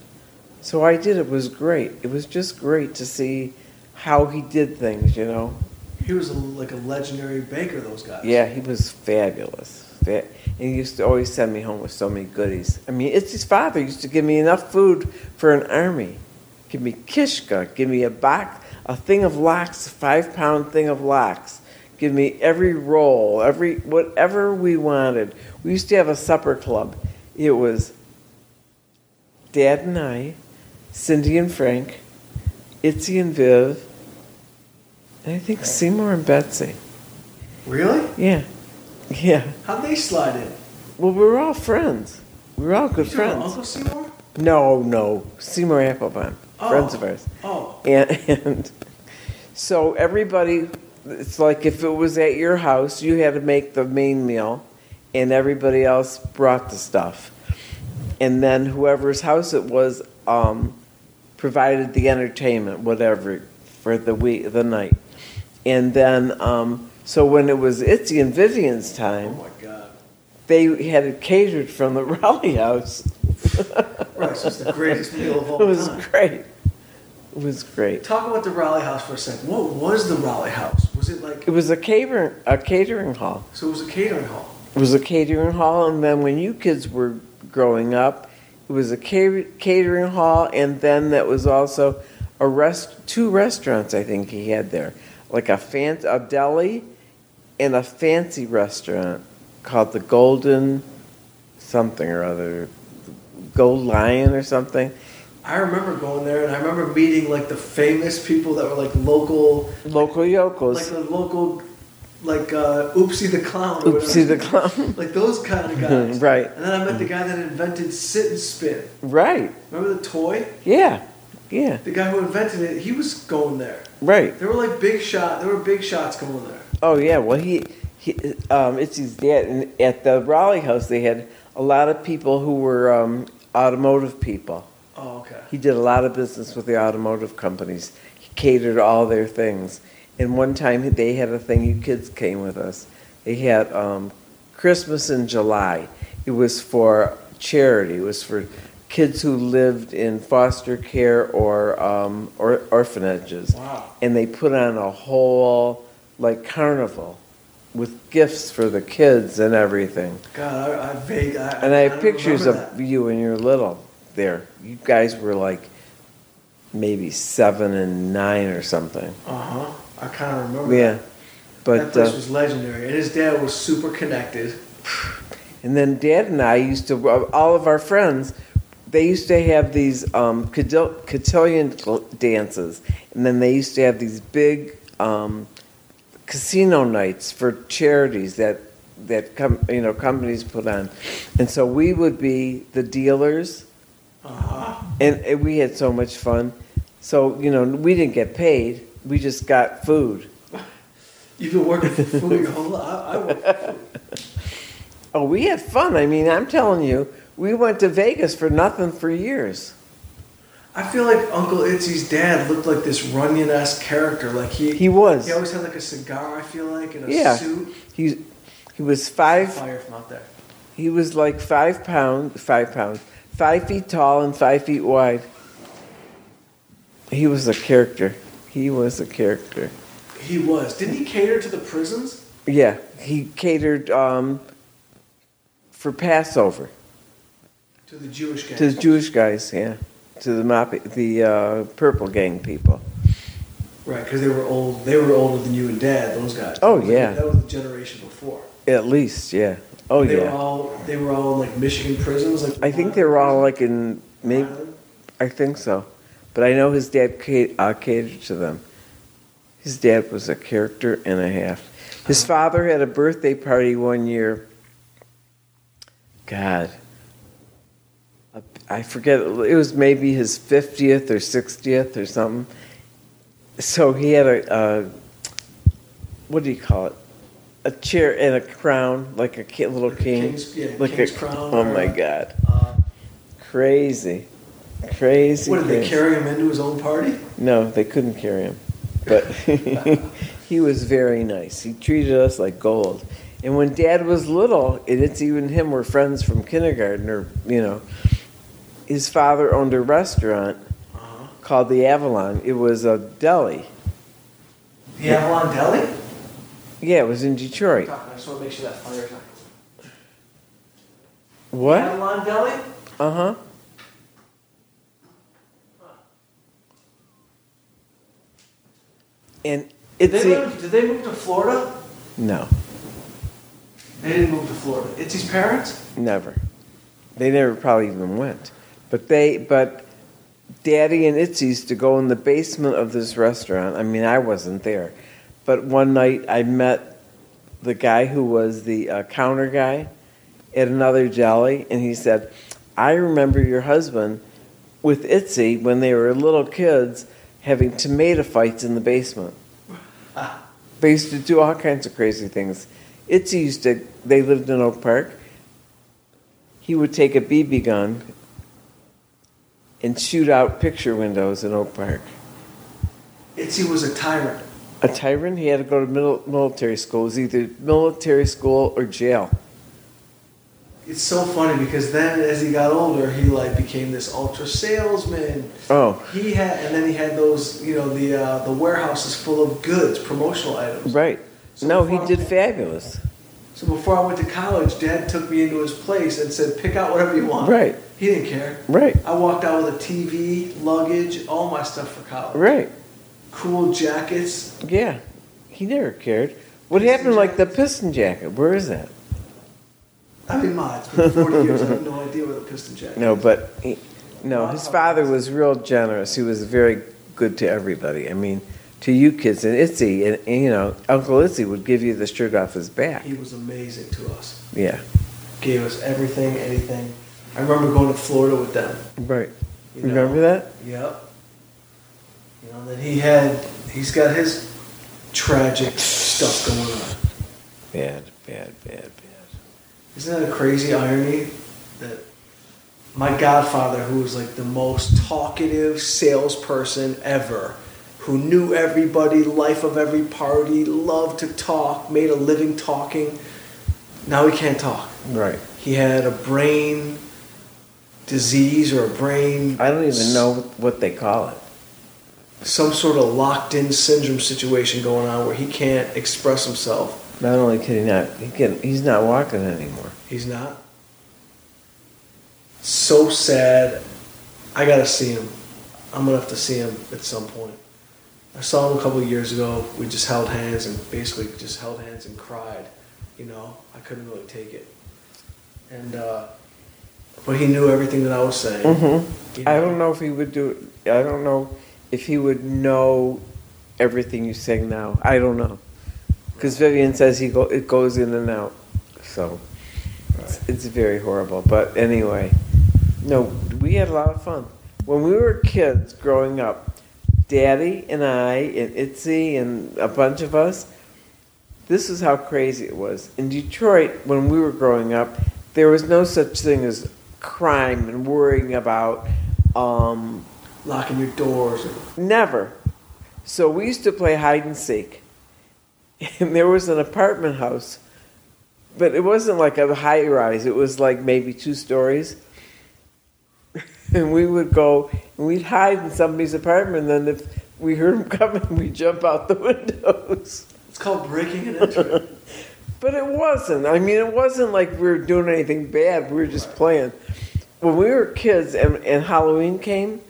[SPEAKER 1] So I did. It was great. It was just great to see how he did things, you know?
[SPEAKER 3] He was a, like a legendary baker. Those guys.
[SPEAKER 1] Yeah, he was fabulous. Fa- And he used to always send me home with so many goodies. I mean, it's his father used to give me enough food for an army. Give me kishka, give me a box, a thing of lox, a five pound thing of lox. Give me every roll, every whatever we wanted. We used to have a supper club. It was Dad and I, Cindy and Frank, Itzy and Viv, and I think Seymour and Betsy.
[SPEAKER 3] Really?
[SPEAKER 1] Yeah. Yeah.
[SPEAKER 3] How'd they slide in?
[SPEAKER 1] Well, we were all friends. We were all
[SPEAKER 3] You
[SPEAKER 1] good
[SPEAKER 3] talking about
[SPEAKER 1] friends.
[SPEAKER 3] Uncle Seymour?
[SPEAKER 1] No, no. Seymour Applebaum.
[SPEAKER 3] Oh.
[SPEAKER 1] Friends of ours.
[SPEAKER 3] Oh,
[SPEAKER 1] And, and so everybody, it's like if it was at your house, you had to make the main meal, and everybody else brought the stuff. And then whoever's house it was um, provided the entertainment, whatever, for the week, the night. And then, um, so when it was Itzy and Vivian's
[SPEAKER 3] oh
[SPEAKER 1] time,
[SPEAKER 3] my God.
[SPEAKER 1] they had it catered from the Raleigh house.
[SPEAKER 3] Right, so it's the greatest meal of
[SPEAKER 1] It
[SPEAKER 3] all
[SPEAKER 1] was
[SPEAKER 3] time.
[SPEAKER 1] great. It was great.
[SPEAKER 3] Talk about the Raleigh House for a second. What was the Raleigh House? Was it like
[SPEAKER 1] It was a catering a catering hall.
[SPEAKER 3] so? It was a catering hall.
[SPEAKER 1] It was a catering hall, and then when you kids were growing up, it was a ca- catering hall, and then that was also a rest two restaurants. I think he had there, like a fan a deli, and a fancy restaurant called the Golden something or other, Gold Lion or something.
[SPEAKER 3] I remember going there, and I remember meeting like the famous people that were like local,
[SPEAKER 1] Local yokels.
[SPEAKER 3] like the local, like uh, Oopsie the Clown. Or
[SPEAKER 1] Oopsie the
[SPEAKER 3] whatever.
[SPEAKER 1] clown.
[SPEAKER 3] Like those kind of guys.
[SPEAKER 1] Right.
[SPEAKER 3] And then I met the guy that invented sit and spin.
[SPEAKER 1] right.
[SPEAKER 3] Remember the toy?
[SPEAKER 1] Yeah. Yeah.
[SPEAKER 3] The guy who invented it, he was going there.
[SPEAKER 1] Right.
[SPEAKER 3] There were like big shot. There were big shots going there.
[SPEAKER 1] Oh yeah. Well, he, he um, it's his dad. And at the Raleigh house, they had a lot of people who were um, automotive people.
[SPEAKER 3] Oh, okay.
[SPEAKER 1] He did a lot of business with the automotive companies. He catered all their things. And one time they had a thing. You kids came with us. They had um, Christmas in July. It was for charity. It was for kids who lived in foster care or um, or orphanages
[SPEAKER 3] Wow.
[SPEAKER 1] and they put on a whole like carnival with gifts for the kids and everything.
[SPEAKER 3] God, I, I vague. I,
[SPEAKER 1] And I have
[SPEAKER 3] don't
[SPEAKER 1] pictures
[SPEAKER 3] remember
[SPEAKER 1] of you when you were little there. You guys were like maybe seven and nine or something.
[SPEAKER 3] that. Uh-huh. I kind of remember.
[SPEAKER 1] Yeah.
[SPEAKER 3] That,
[SPEAKER 1] But
[SPEAKER 3] that place
[SPEAKER 1] uh,
[SPEAKER 3] was legendary, and his dad was super connected.
[SPEAKER 1] And then Dad and I used to, uh, all of our friends, they used to have these um, cotil- cotillion gl- dances. And then they used to have these big um, casino nights for charities that that com- you know companies put on. And so we would be the dealers.
[SPEAKER 3] Uh-huh.
[SPEAKER 1] And, and we had so much fun. So, you know, we didn't get paid. We just got food.
[SPEAKER 3] You've been working for food your whole life. I, I worked for food.
[SPEAKER 1] Oh, we had fun. I mean, I'm telling you, we went to Vegas for nothing for years.
[SPEAKER 3] I feel like Uncle Itzy's dad looked like this Runyon esque character. Like he
[SPEAKER 1] He was.
[SPEAKER 3] He always had like a cigar. I feel like and a
[SPEAKER 1] Yeah.
[SPEAKER 3] suit.
[SPEAKER 1] He he was five.
[SPEAKER 3] Fire from out there.
[SPEAKER 1] He was like five pound, five pounds, five feet tall and five feet wide. He was a character. He was a character.
[SPEAKER 3] He was. Didn't he cater to the prisons?
[SPEAKER 1] Yeah, he catered um, for Passover
[SPEAKER 3] To the Jewish gang.
[SPEAKER 1] to the Jewish guys. Yeah, to the Mop- the uh, Purple Gang people.
[SPEAKER 3] Right, because they were old. They were older than you and Dad. Those guys.
[SPEAKER 1] Oh, yeah.
[SPEAKER 3] That was the generation before.
[SPEAKER 1] At least, yeah. Oh
[SPEAKER 3] they were
[SPEAKER 1] yeah.
[SPEAKER 3] all they were all in like Michigan prisons. Like
[SPEAKER 1] I think they were all like in maybe.
[SPEAKER 3] Island?
[SPEAKER 1] I think so. But I know his dad ca- uh, catered to them. His dad was a character and a half. His father had a birthday party one year. God. Uh, I forget. It was maybe his 50th or 60th or something. So he had a, a what do you call it? A chair and a crown, like a ki- little
[SPEAKER 3] Like a
[SPEAKER 1] king.
[SPEAKER 3] king's- yeah,
[SPEAKER 1] like
[SPEAKER 3] king's
[SPEAKER 1] a
[SPEAKER 3] crown
[SPEAKER 1] Oh
[SPEAKER 3] or
[SPEAKER 1] my
[SPEAKER 3] a-
[SPEAKER 1] God.
[SPEAKER 3] Uh,
[SPEAKER 1] Crazy. Crazy.
[SPEAKER 3] what did they
[SPEAKER 1] crazy.
[SPEAKER 3] carry him into his own party?
[SPEAKER 1] No, they couldn't carry him. But he was very nice. He treated us like gold. And when dad was little, and it's even him, we're friends from kindergarten or, you know, his father owned a restaurant
[SPEAKER 3] Uh-huh.
[SPEAKER 1] called the Avalon. It was a deli.
[SPEAKER 3] The Avalon Deli.
[SPEAKER 1] Yeah, it was in Detroit.
[SPEAKER 3] I just want to make sure that fire's not.
[SPEAKER 1] What?
[SPEAKER 3] Avalon Deli.
[SPEAKER 1] Uh huh. And
[SPEAKER 3] Did
[SPEAKER 1] it's
[SPEAKER 3] they,
[SPEAKER 1] a,
[SPEAKER 3] move, did they move to Florida?
[SPEAKER 1] no.
[SPEAKER 3] They didn't move to Florida. It's his parents.
[SPEAKER 1] Never. They never probably even went. But they but Daddy and Itzy used to go in the basement of this restaurant. I mean, I wasn't there, but one night I met the guy who was the uh, counter guy at another deli, and he said, "I remember your husband with Itzy when they were little kids having tomato fights in the basement." They used to do all kinds of crazy things. Itzy used to. They lived in Oak Park he would take a BB gun and shoot out picture windows in Oak Park.
[SPEAKER 3] Itzy was a tyrant.
[SPEAKER 1] A tyrant, he had to go to middle, military school. It was either military school or jail.
[SPEAKER 3] It's so funny because then as he got older, he like became this ultra salesman.
[SPEAKER 1] Oh,
[SPEAKER 3] He had, and then he had those, you know, the uh, the warehouses full of goods, promotional items.
[SPEAKER 1] right.
[SPEAKER 3] So
[SPEAKER 1] No, he
[SPEAKER 3] far-
[SPEAKER 1] did fabulous.
[SPEAKER 3] So before I went to college, Dad took me into his place and said, "Pick out whatever you want."
[SPEAKER 1] Right.
[SPEAKER 3] He didn't care.
[SPEAKER 1] Right,
[SPEAKER 3] I walked out with a TV, luggage, all my stuff for college.
[SPEAKER 1] right.
[SPEAKER 3] Cool jackets.
[SPEAKER 1] Yeah, he never cared. What happened, like the piston jacket? Where is that?
[SPEAKER 3] I mean, my, it's been 40 years. I have no idea where the piston jacket.
[SPEAKER 1] No, but he, no, his father was real generous. He was very good to everybody. I mean, to you kids and Itzy, and, and you know, Uncle Itzy would give you the shirt off his back.
[SPEAKER 3] He was amazing to us.
[SPEAKER 1] Yeah,
[SPEAKER 3] gave us everything, anything. I remember going to Florida with them.
[SPEAKER 1] right.
[SPEAKER 3] You know?
[SPEAKER 1] Remember that?
[SPEAKER 3] Yep. You know, then he had, he's got his tragic stuff going on.
[SPEAKER 1] Bad, bad, bad, bad.
[SPEAKER 3] Isn't that a crazy irony that my godfather, who was like the most talkative salesperson ever, who knew everybody, life of every party, loved to talk, made a living talking, now he can't talk.
[SPEAKER 1] Right.
[SPEAKER 3] He had a brain disease or a brain.
[SPEAKER 1] I don't even know what they call it.
[SPEAKER 3] some sort of locked in syndrome situation going on where he can't express himself.
[SPEAKER 1] Not only can he not, he can, he's not walking anymore.
[SPEAKER 3] He's not. So sad. I gotta see him. I'm gonna have to see him at some point. I saw him a couple of years ago. We just held hands and basically just held hands and cried. You know, I couldn't really take it. And, uh, but he knew everything that I was saying.
[SPEAKER 1] Mm-hmm.
[SPEAKER 3] You
[SPEAKER 1] I don't know if he would do. I don't know if he would know everything you sing now. I don't know because Vivian says he go, it goes in and out, so it's, it's very horrible. But anyway, no, we had a lot of fun when we were kids growing up. Daddy and I and Itzy and a bunch of us. This is how crazy it was in Detroit when we were growing up. There was no such thing as crime and worrying about um,
[SPEAKER 3] Locking your doors. And,
[SPEAKER 1] Never. So we used to play hide and seek. And there was an apartment house, but it wasn't like a high rise, it was like maybe two stories. And we would go and we'd hide in somebody's apartment. And then if we heard them coming, we'd jump out the windows.
[SPEAKER 3] it's called breaking and entering.
[SPEAKER 1] But it wasn't. I mean, it wasn't like we were doing anything bad. We were just playing. When we were kids and, and Halloween came,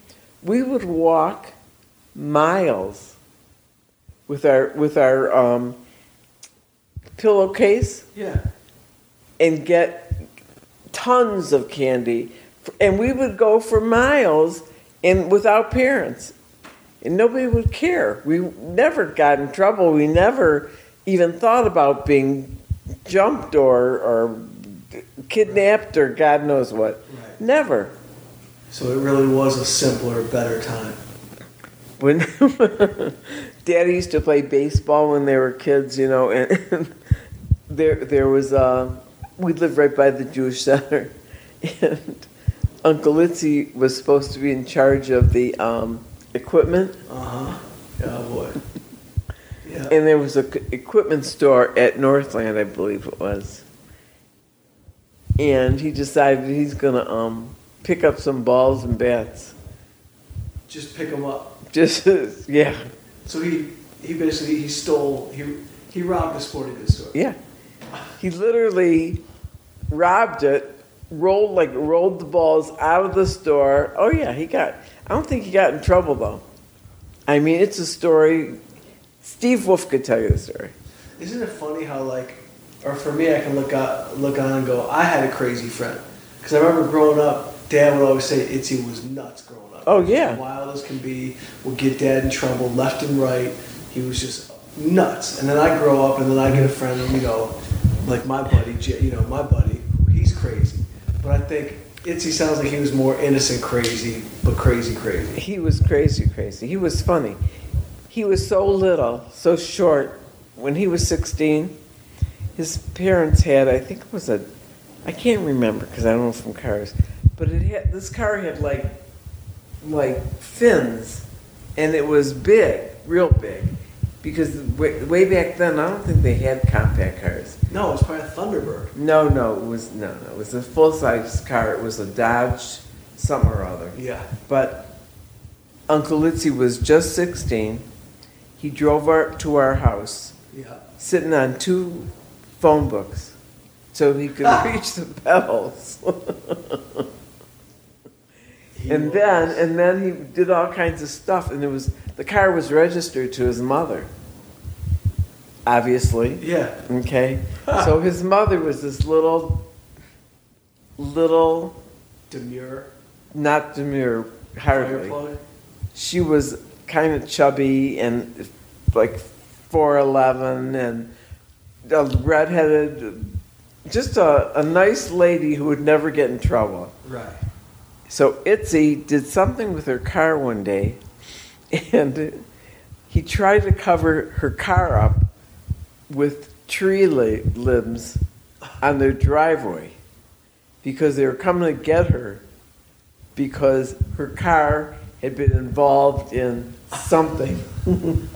[SPEAKER 1] we would walk miles with our with our um, pillowcase
[SPEAKER 3] yeah.
[SPEAKER 1] and get tons of candy, and we would go for miles and without parents, and nobody would care. We never got in trouble. We never even thought about being jumped or or kidnapped or God knows what.
[SPEAKER 3] Right.
[SPEAKER 1] Never.
[SPEAKER 3] So it really was a simpler, better time.
[SPEAKER 1] when daddy used to play baseball when they were kids, you know, and, there there was uh we lived right by the Jewish Center and Uncle Itzy was supposed to be in charge of the um, equipment
[SPEAKER 3] Uh huh. Yeah, boy. Yeah.
[SPEAKER 1] and there was a c- equipment store at Northland, I believe it was. And he decided he's gonna um, pick up some balls and bats.
[SPEAKER 3] Just pick him up.
[SPEAKER 1] Just yeah,
[SPEAKER 3] So he he basically he stole he he robbed a sporting goods store.
[SPEAKER 1] Yeah. He literally robbed it, rolled like rolled the balls out of the store. Oh yeah, he got I don't think he got in trouble though. I mean it's a story Steve Wolf could tell you the story.
[SPEAKER 3] Isn't it funny how like, or for me, I can look out, look on and go, I had a crazy friend because I remember growing up. Dad would always say Itzy was nuts growing up.
[SPEAKER 1] Oh,
[SPEAKER 3] He was
[SPEAKER 1] yeah.
[SPEAKER 3] wild as can be. Would get dad in trouble left and right. He was just nuts. And then I grow up, and then I get a friend, and you know, like my buddy, J- you know, my buddy, he's crazy. But I think Itzy sounds like he was more innocent crazy, but crazy crazy.
[SPEAKER 1] He was crazy crazy. He was funny. He was so little, so short. When he was 16, his parents had I think it was a I can't remember because I don't know from cars, but it had this car had like like fins, and it was big, real big, because way, way back then I don't think they had compact cars.
[SPEAKER 3] No, it's probably a Thunderbird.
[SPEAKER 1] No, no, it was no, no, it was a full size car. It was a Dodge, something or other.
[SPEAKER 3] Yeah.
[SPEAKER 1] But Uncle Litzy was just 16. He drove our, to our house,
[SPEAKER 3] Yeah.
[SPEAKER 1] sitting on two phone books, so he could
[SPEAKER 3] Ah.
[SPEAKER 1] reach the bells.
[SPEAKER 3] He
[SPEAKER 1] and
[SPEAKER 3] was-
[SPEAKER 1] then, and then he did all kinds of stuff, and it was the car was registered to his mother. Obviously,
[SPEAKER 3] Yeah.
[SPEAKER 1] okay.
[SPEAKER 3] Ah.
[SPEAKER 1] so his mother was this little, little,
[SPEAKER 3] Demure.
[SPEAKER 1] not demure, hardly.
[SPEAKER 3] Fireplug.
[SPEAKER 1] she was kind of chubby and like 4'11 and a redheaded, just a, a nice lady who would never get in trouble.
[SPEAKER 3] Right.
[SPEAKER 1] So Itzy did something with her car one day and he tried to cover her car up with tree li- limbs on their driveway because they were coming to get her because her car had been involved in something.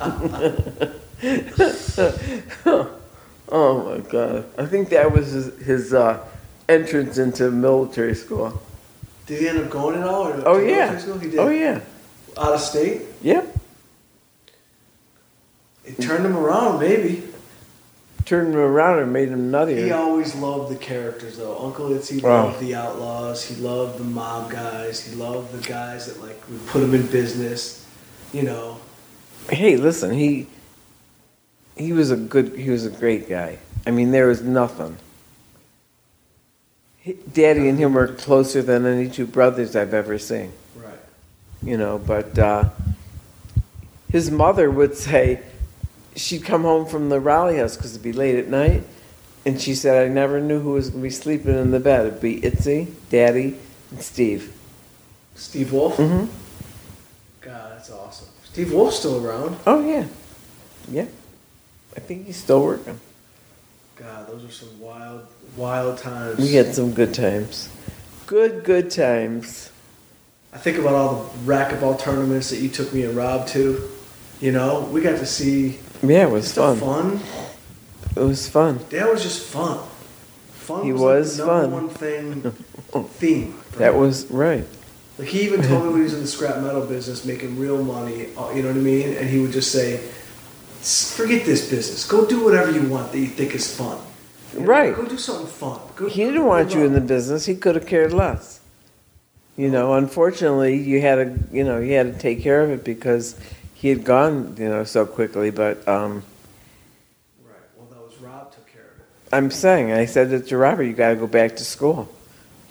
[SPEAKER 1] oh my God. I think that was his, his uh, entrance into military school.
[SPEAKER 3] Did he end up going at all? Or
[SPEAKER 1] Oh,
[SPEAKER 3] to
[SPEAKER 1] yeah.
[SPEAKER 3] military school? He did.
[SPEAKER 1] Oh, yeah.
[SPEAKER 3] Out of state?
[SPEAKER 1] Yep.
[SPEAKER 3] turned him around, baby.
[SPEAKER 1] Turned him around and made him nuttier.
[SPEAKER 3] He uh, always loved the characters though. Uncle Itzy
[SPEAKER 1] Wow.
[SPEAKER 3] loved the outlaws. He loved the mob guys. He loved the guys that like would put him in business. You know,
[SPEAKER 1] Hey, listen, he he was a good, he was a great guy. I mean, there was nothing. He- Daddy and him were closer than any two brothers I've ever seen.
[SPEAKER 3] right?
[SPEAKER 1] you know, but uh, his mother would say she'd come home from the rally house because it'd be late at night, and she said, I never knew who was going to be sleeping in the bed. It'd be Itzy, Daddy, and Steve.
[SPEAKER 3] Steve Wolf.
[SPEAKER 1] Mhm.
[SPEAKER 3] God, that's awesome. Steve Wolf's still around.
[SPEAKER 1] Oh, yeah. Yeah. I think he's still working.
[SPEAKER 3] God, those are some wild, wild times.
[SPEAKER 1] We had some good times. Good, good times.
[SPEAKER 3] I think about all the racquetball tournaments that you took me and Rob to. You know, we got to see
[SPEAKER 1] Yeah, it was
[SPEAKER 3] just the
[SPEAKER 1] fun.
[SPEAKER 3] fun.
[SPEAKER 1] It was fun.
[SPEAKER 3] Dad was just fun. Fun.
[SPEAKER 1] He was
[SPEAKER 3] like the number
[SPEAKER 1] fun.
[SPEAKER 3] One thing theme. for
[SPEAKER 1] That
[SPEAKER 3] him.
[SPEAKER 1] was right.
[SPEAKER 3] Like he even told me when he was in the scrap metal business, making real money. uh, You know what I mean? And he would just say, "S- "Forget this business. Go do whatever you want that you think is fun." You know,
[SPEAKER 1] Right.
[SPEAKER 3] Go do something fun. Go,
[SPEAKER 1] He didn't want you in the business. He could have cared less. You know, unfortunately, you had to, you know, you had to take care of it because he had gone, you know, so quickly. But um,
[SPEAKER 3] Right. Well, that was Rob took care of it.
[SPEAKER 1] I'm saying, I said that to Robert, you got to go back to school.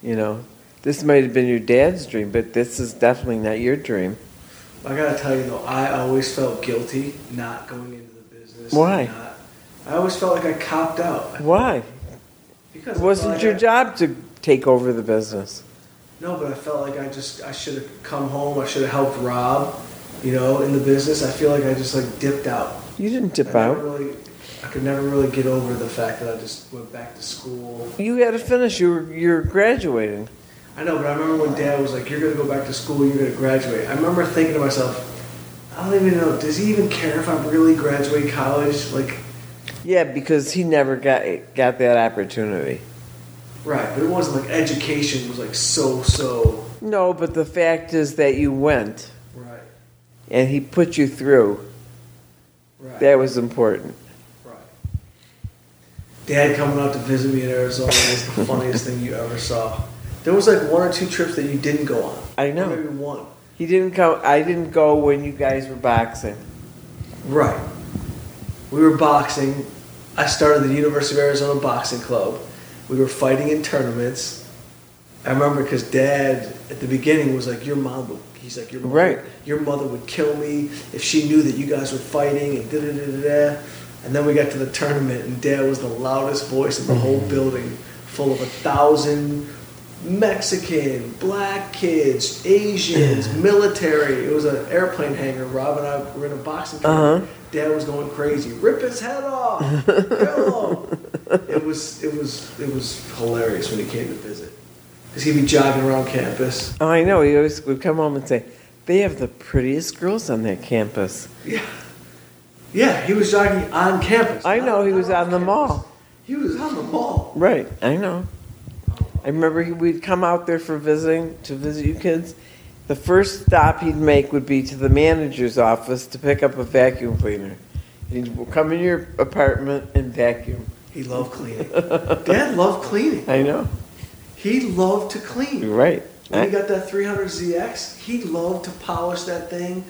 [SPEAKER 1] You know, this might have been your dad's dream, but this is definitely not your dream.
[SPEAKER 3] I gotta tell you though, I always felt guilty not going into the business.
[SPEAKER 1] Why?
[SPEAKER 3] and not- I always felt like I copped out
[SPEAKER 1] Why?
[SPEAKER 3] because
[SPEAKER 1] It
[SPEAKER 3] I felt
[SPEAKER 1] wasn't
[SPEAKER 3] like
[SPEAKER 1] your
[SPEAKER 3] I-
[SPEAKER 1] job to take over the business.
[SPEAKER 3] No, but I felt like I just I should have come home. I should have helped Rob, you know, in the business. I feel like I just like dipped out.
[SPEAKER 1] You didn't
[SPEAKER 3] I
[SPEAKER 1] dip
[SPEAKER 3] never
[SPEAKER 1] out.
[SPEAKER 3] really, I could never really get over the fact that I just went back to school.
[SPEAKER 1] You had to finish. You were you're graduating.
[SPEAKER 3] I know, but I remember when Dad was like, "You're gonna go back to school. You're gonna graduate." I remember thinking to myself, "I don't even know. Does he even care if I really graduate college?" Like.
[SPEAKER 1] Yeah, because he never got got that opportunity.
[SPEAKER 3] Right, but it wasn't like education was like so so.
[SPEAKER 1] No, but the fact is that you went
[SPEAKER 3] Right,
[SPEAKER 1] and he put you through.
[SPEAKER 3] right,
[SPEAKER 1] That was important.
[SPEAKER 3] right. Dad coming out to visit me in Arizona was the funniest thing you ever saw. There was like one or two trips that you didn't go on.
[SPEAKER 1] I
[SPEAKER 3] Or
[SPEAKER 1] know.
[SPEAKER 3] Maybe one.
[SPEAKER 1] He didn't come. I didn't go when you guys were boxing.
[SPEAKER 3] Right. We were boxing. I started the University of Arizona Boxing Club. We were fighting in tournaments. I remember because Dad at the beginning was like, "Your mom would." He's like, "Your mother,
[SPEAKER 1] Right.
[SPEAKER 3] Your mother would kill me if she knew that you guys were fighting." And da da da da. da. And then we got to the tournament, and Dad was the loudest voice in the whole building, full of a thousand Mexican, black kids, Asians, military. It was an airplane hangar. Rob and I were in a boxing
[SPEAKER 1] Uh-huh.
[SPEAKER 3] tournament. Dad was going crazy. Rip his head off. Kill him. It was it was it was hilarious when he came to visit. Cause he'd be jogging around campus.
[SPEAKER 1] Oh, I know. He always would come home and say, "They have the prettiest girls on that campus."
[SPEAKER 3] Yeah, yeah, he was jogging on campus.
[SPEAKER 1] I
[SPEAKER 3] not-
[SPEAKER 1] know, he
[SPEAKER 3] not
[SPEAKER 1] was
[SPEAKER 3] off
[SPEAKER 1] on the
[SPEAKER 3] campus.
[SPEAKER 1] mall.
[SPEAKER 3] He was on the mall.
[SPEAKER 1] Right. I know. I remember he, we'd come out there for visiting to visit you kids. The first stop he'd make would be to the manager's office to pick up a vacuum cleaner. He'd come in your apartment and vacuum.
[SPEAKER 3] He loved cleaning. Dad loved cleaning.
[SPEAKER 1] I know.
[SPEAKER 3] He loved to clean.
[SPEAKER 1] You're right.
[SPEAKER 3] When he
[SPEAKER 1] I-
[SPEAKER 3] got that 300ZX, he loved to polish that thing.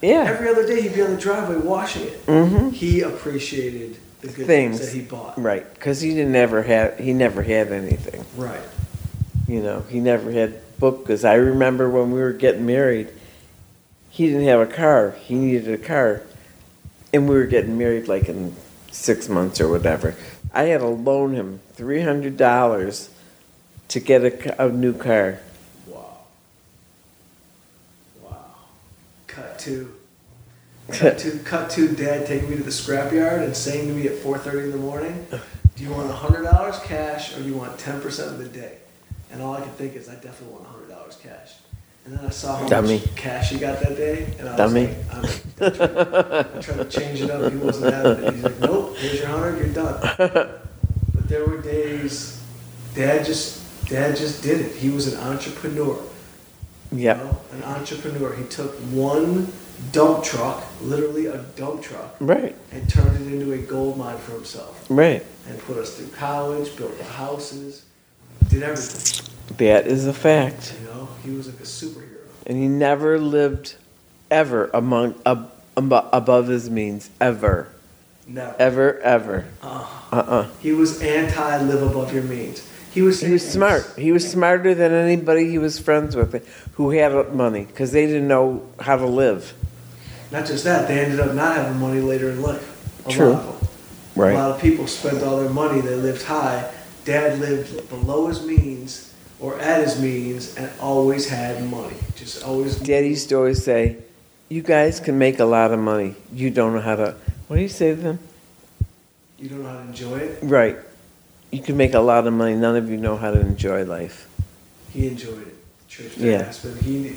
[SPEAKER 1] yeah.
[SPEAKER 3] Every other day, he'd be on the driveway washing it.
[SPEAKER 1] Mhm.
[SPEAKER 3] He appreciated the good
[SPEAKER 1] Things.
[SPEAKER 3] things, that he bought.
[SPEAKER 1] Right. Because he didn't ever have. He never had anything.
[SPEAKER 3] Right.
[SPEAKER 1] You know. He never had book. Because I remember when we were getting married, he didn't have a car. He needed a car, and we were getting married like in six months or whatever. I had to loan him three hundred dollars to get a, ca- a new car.
[SPEAKER 3] Wow. Wow. Cut to. Cut to, cut to dad taking me to the scrapyard and saying to me at 4.30 in the morning, do you want $100 cash or you want 10% of the day? And all I could think is, I definitely want $100 cash. And then I saw how
[SPEAKER 1] Dummy.
[SPEAKER 3] much cash he got that day, and I
[SPEAKER 1] Dummy.
[SPEAKER 3] was like, I'm, I'm trying to change it up. He wasn't having it. He's like, nope, here's your 100 you're done. But there were days, dad just, dad just did it. He was an entrepreneur.
[SPEAKER 1] Yep.
[SPEAKER 3] you know, an entrepreneur. He took one dump truck, literally a dump truck,
[SPEAKER 1] Right.
[SPEAKER 3] and turned it into a gold mine for himself.
[SPEAKER 1] Right.
[SPEAKER 3] And put us through college, built the houses, did everything.
[SPEAKER 1] That is a fact.
[SPEAKER 3] You know, he was like a superhero.
[SPEAKER 1] And he never lived ever among ab- ab- above his means ever.
[SPEAKER 3] Never.
[SPEAKER 1] Ever ever.
[SPEAKER 3] Uh,
[SPEAKER 1] Uh-uh.
[SPEAKER 3] he was anti live above your means. He was.
[SPEAKER 1] He was smart. He was smarter than anybody he was friends with who had money because they didn't know how to live.
[SPEAKER 3] Not just that, they ended up not having money later in life. A
[SPEAKER 1] True.
[SPEAKER 3] Lot of them. A lot
[SPEAKER 1] Right.
[SPEAKER 3] of people spent all their money. They lived high. Dad lived below his means or at his means, and always had money. Just always.
[SPEAKER 1] Daddy used to always say, You guys can make a lot of money. You don't know how to. What do you say to them?
[SPEAKER 3] You don't know how to enjoy it.
[SPEAKER 1] Right. You can make a lot of money. None of you know how to enjoy life.
[SPEAKER 3] He enjoyed it. Church dad
[SPEAKER 1] Yeah.
[SPEAKER 3] but he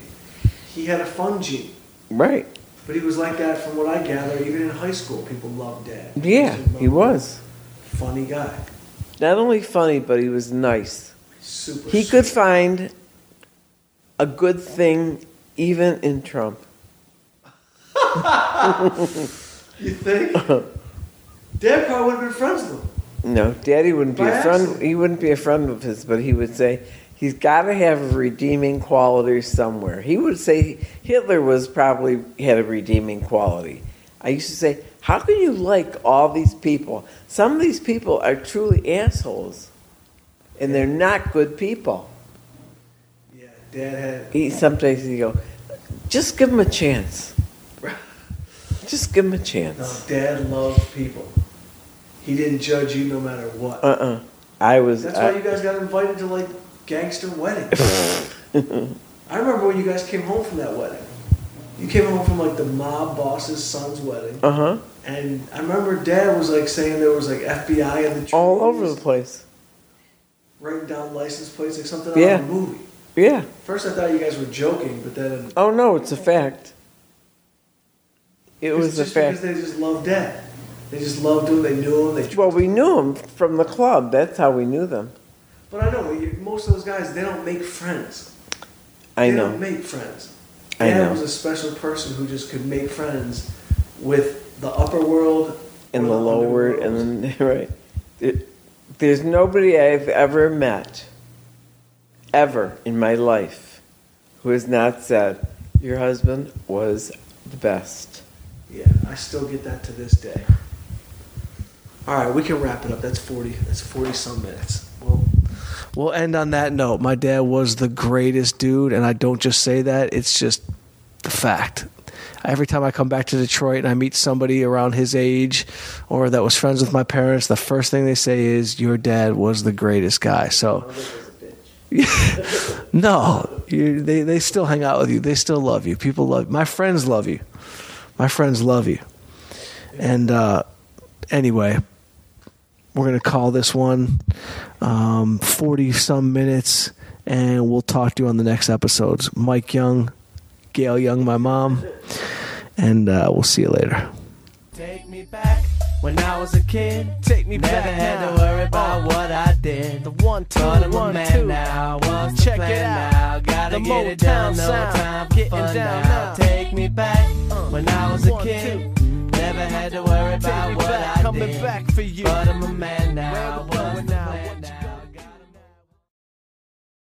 [SPEAKER 3] he had a fun gene.
[SPEAKER 1] Right.
[SPEAKER 3] But he was like that from what I gather. Even in high school, people loved dad.
[SPEAKER 1] Yeah,
[SPEAKER 3] Just loved
[SPEAKER 1] he
[SPEAKER 3] him.
[SPEAKER 1] was.
[SPEAKER 3] funny guy.
[SPEAKER 1] Not only funny, but he was nice.
[SPEAKER 3] Super.
[SPEAKER 1] He
[SPEAKER 3] sweet.
[SPEAKER 1] could find a good thing even in Trump.
[SPEAKER 3] You think? Dad probably would have been friends with him.
[SPEAKER 1] No, Daddy wouldn't be
[SPEAKER 3] By
[SPEAKER 1] a friend.
[SPEAKER 3] accident.
[SPEAKER 1] He wouldn't be a friend of his, but he would say he's got to have redeeming qualities somewhere. He would say Hitler was probably had a redeeming quality. I used to say, how can you like all these people? Some of these people are truly assholes, and they're not good people.
[SPEAKER 3] Yeah, Dad
[SPEAKER 1] He sometimes he go, just give him a chance.
[SPEAKER 3] had.
[SPEAKER 1] Just give him a
[SPEAKER 3] No,
[SPEAKER 1] chance.
[SPEAKER 3] Dad loved people. He didn't judge you no matter what.
[SPEAKER 1] Uh uh I was.
[SPEAKER 3] Uh-huh. That's
[SPEAKER 1] I-
[SPEAKER 3] why you guys got invited to like gangster weddings. I remember when you guys came home from that wedding. You came home from like the mob boss's son's wedding,
[SPEAKER 1] Uh huh.
[SPEAKER 3] and I remember Dad was like saying there was like FBI in the trees,
[SPEAKER 1] All over the place.
[SPEAKER 3] writing down license plates, like something
[SPEAKER 1] Yeah.
[SPEAKER 3] out of a movie.
[SPEAKER 1] Yeah.
[SPEAKER 3] First, I thought you guys were joking, but then
[SPEAKER 1] Oh no, it's a fact. It
[SPEAKER 3] It's
[SPEAKER 1] was a
[SPEAKER 3] just because
[SPEAKER 1] fact.
[SPEAKER 3] they just loved Dad. They just loved him. They knew him. They
[SPEAKER 1] Well, we knew them from the club. That's how we knew them.
[SPEAKER 3] But I know you- most of those guys they don't make friends.
[SPEAKER 1] I
[SPEAKER 3] they
[SPEAKER 1] know.
[SPEAKER 3] don't make friends.
[SPEAKER 1] I
[SPEAKER 3] Dad
[SPEAKER 1] know.
[SPEAKER 3] was a special person who just could make friends with the upper world
[SPEAKER 1] And
[SPEAKER 3] or
[SPEAKER 1] the lower,
[SPEAKER 3] underworld.
[SPEAKER 1] and then right. It- there's nobody I've ever met, ever in my life, who has not said your husband was the best.
[SPEAKER 3] yeah, I still get that to this day. All right, we can wrap it up. That's forty. That's forty some minutes. Well,
[SPEAKER 4] We'll end on that note. My dad was the greatest dude, and I don't just say that, it's just the fact. Every time I come back to Detroit and I meet somebody around his age or that was friends with my parents, the first thing they say is, Your dad was the greatest guy. So, no, you, they, they still hang out with you. They still love you. People love My friends love you. My friends love you. And uh, anyway, we're going to call this one um, 40 some minutes and we'll talk to you on the next episodes mike young gail young my mom and uh, we'll see you later
[SPEAKER 5] Take me back when I was a kid. Take me Never back. Never had to worry about what I did. The one, two, but I'm a man now. What's Check the plan it out. now? Gotta get it done. No time for Getting fun down now. Uh. Take me back when I was a kid. Never had to worry about what I did. Coming back for you. But I'm a man now. What's the plan now?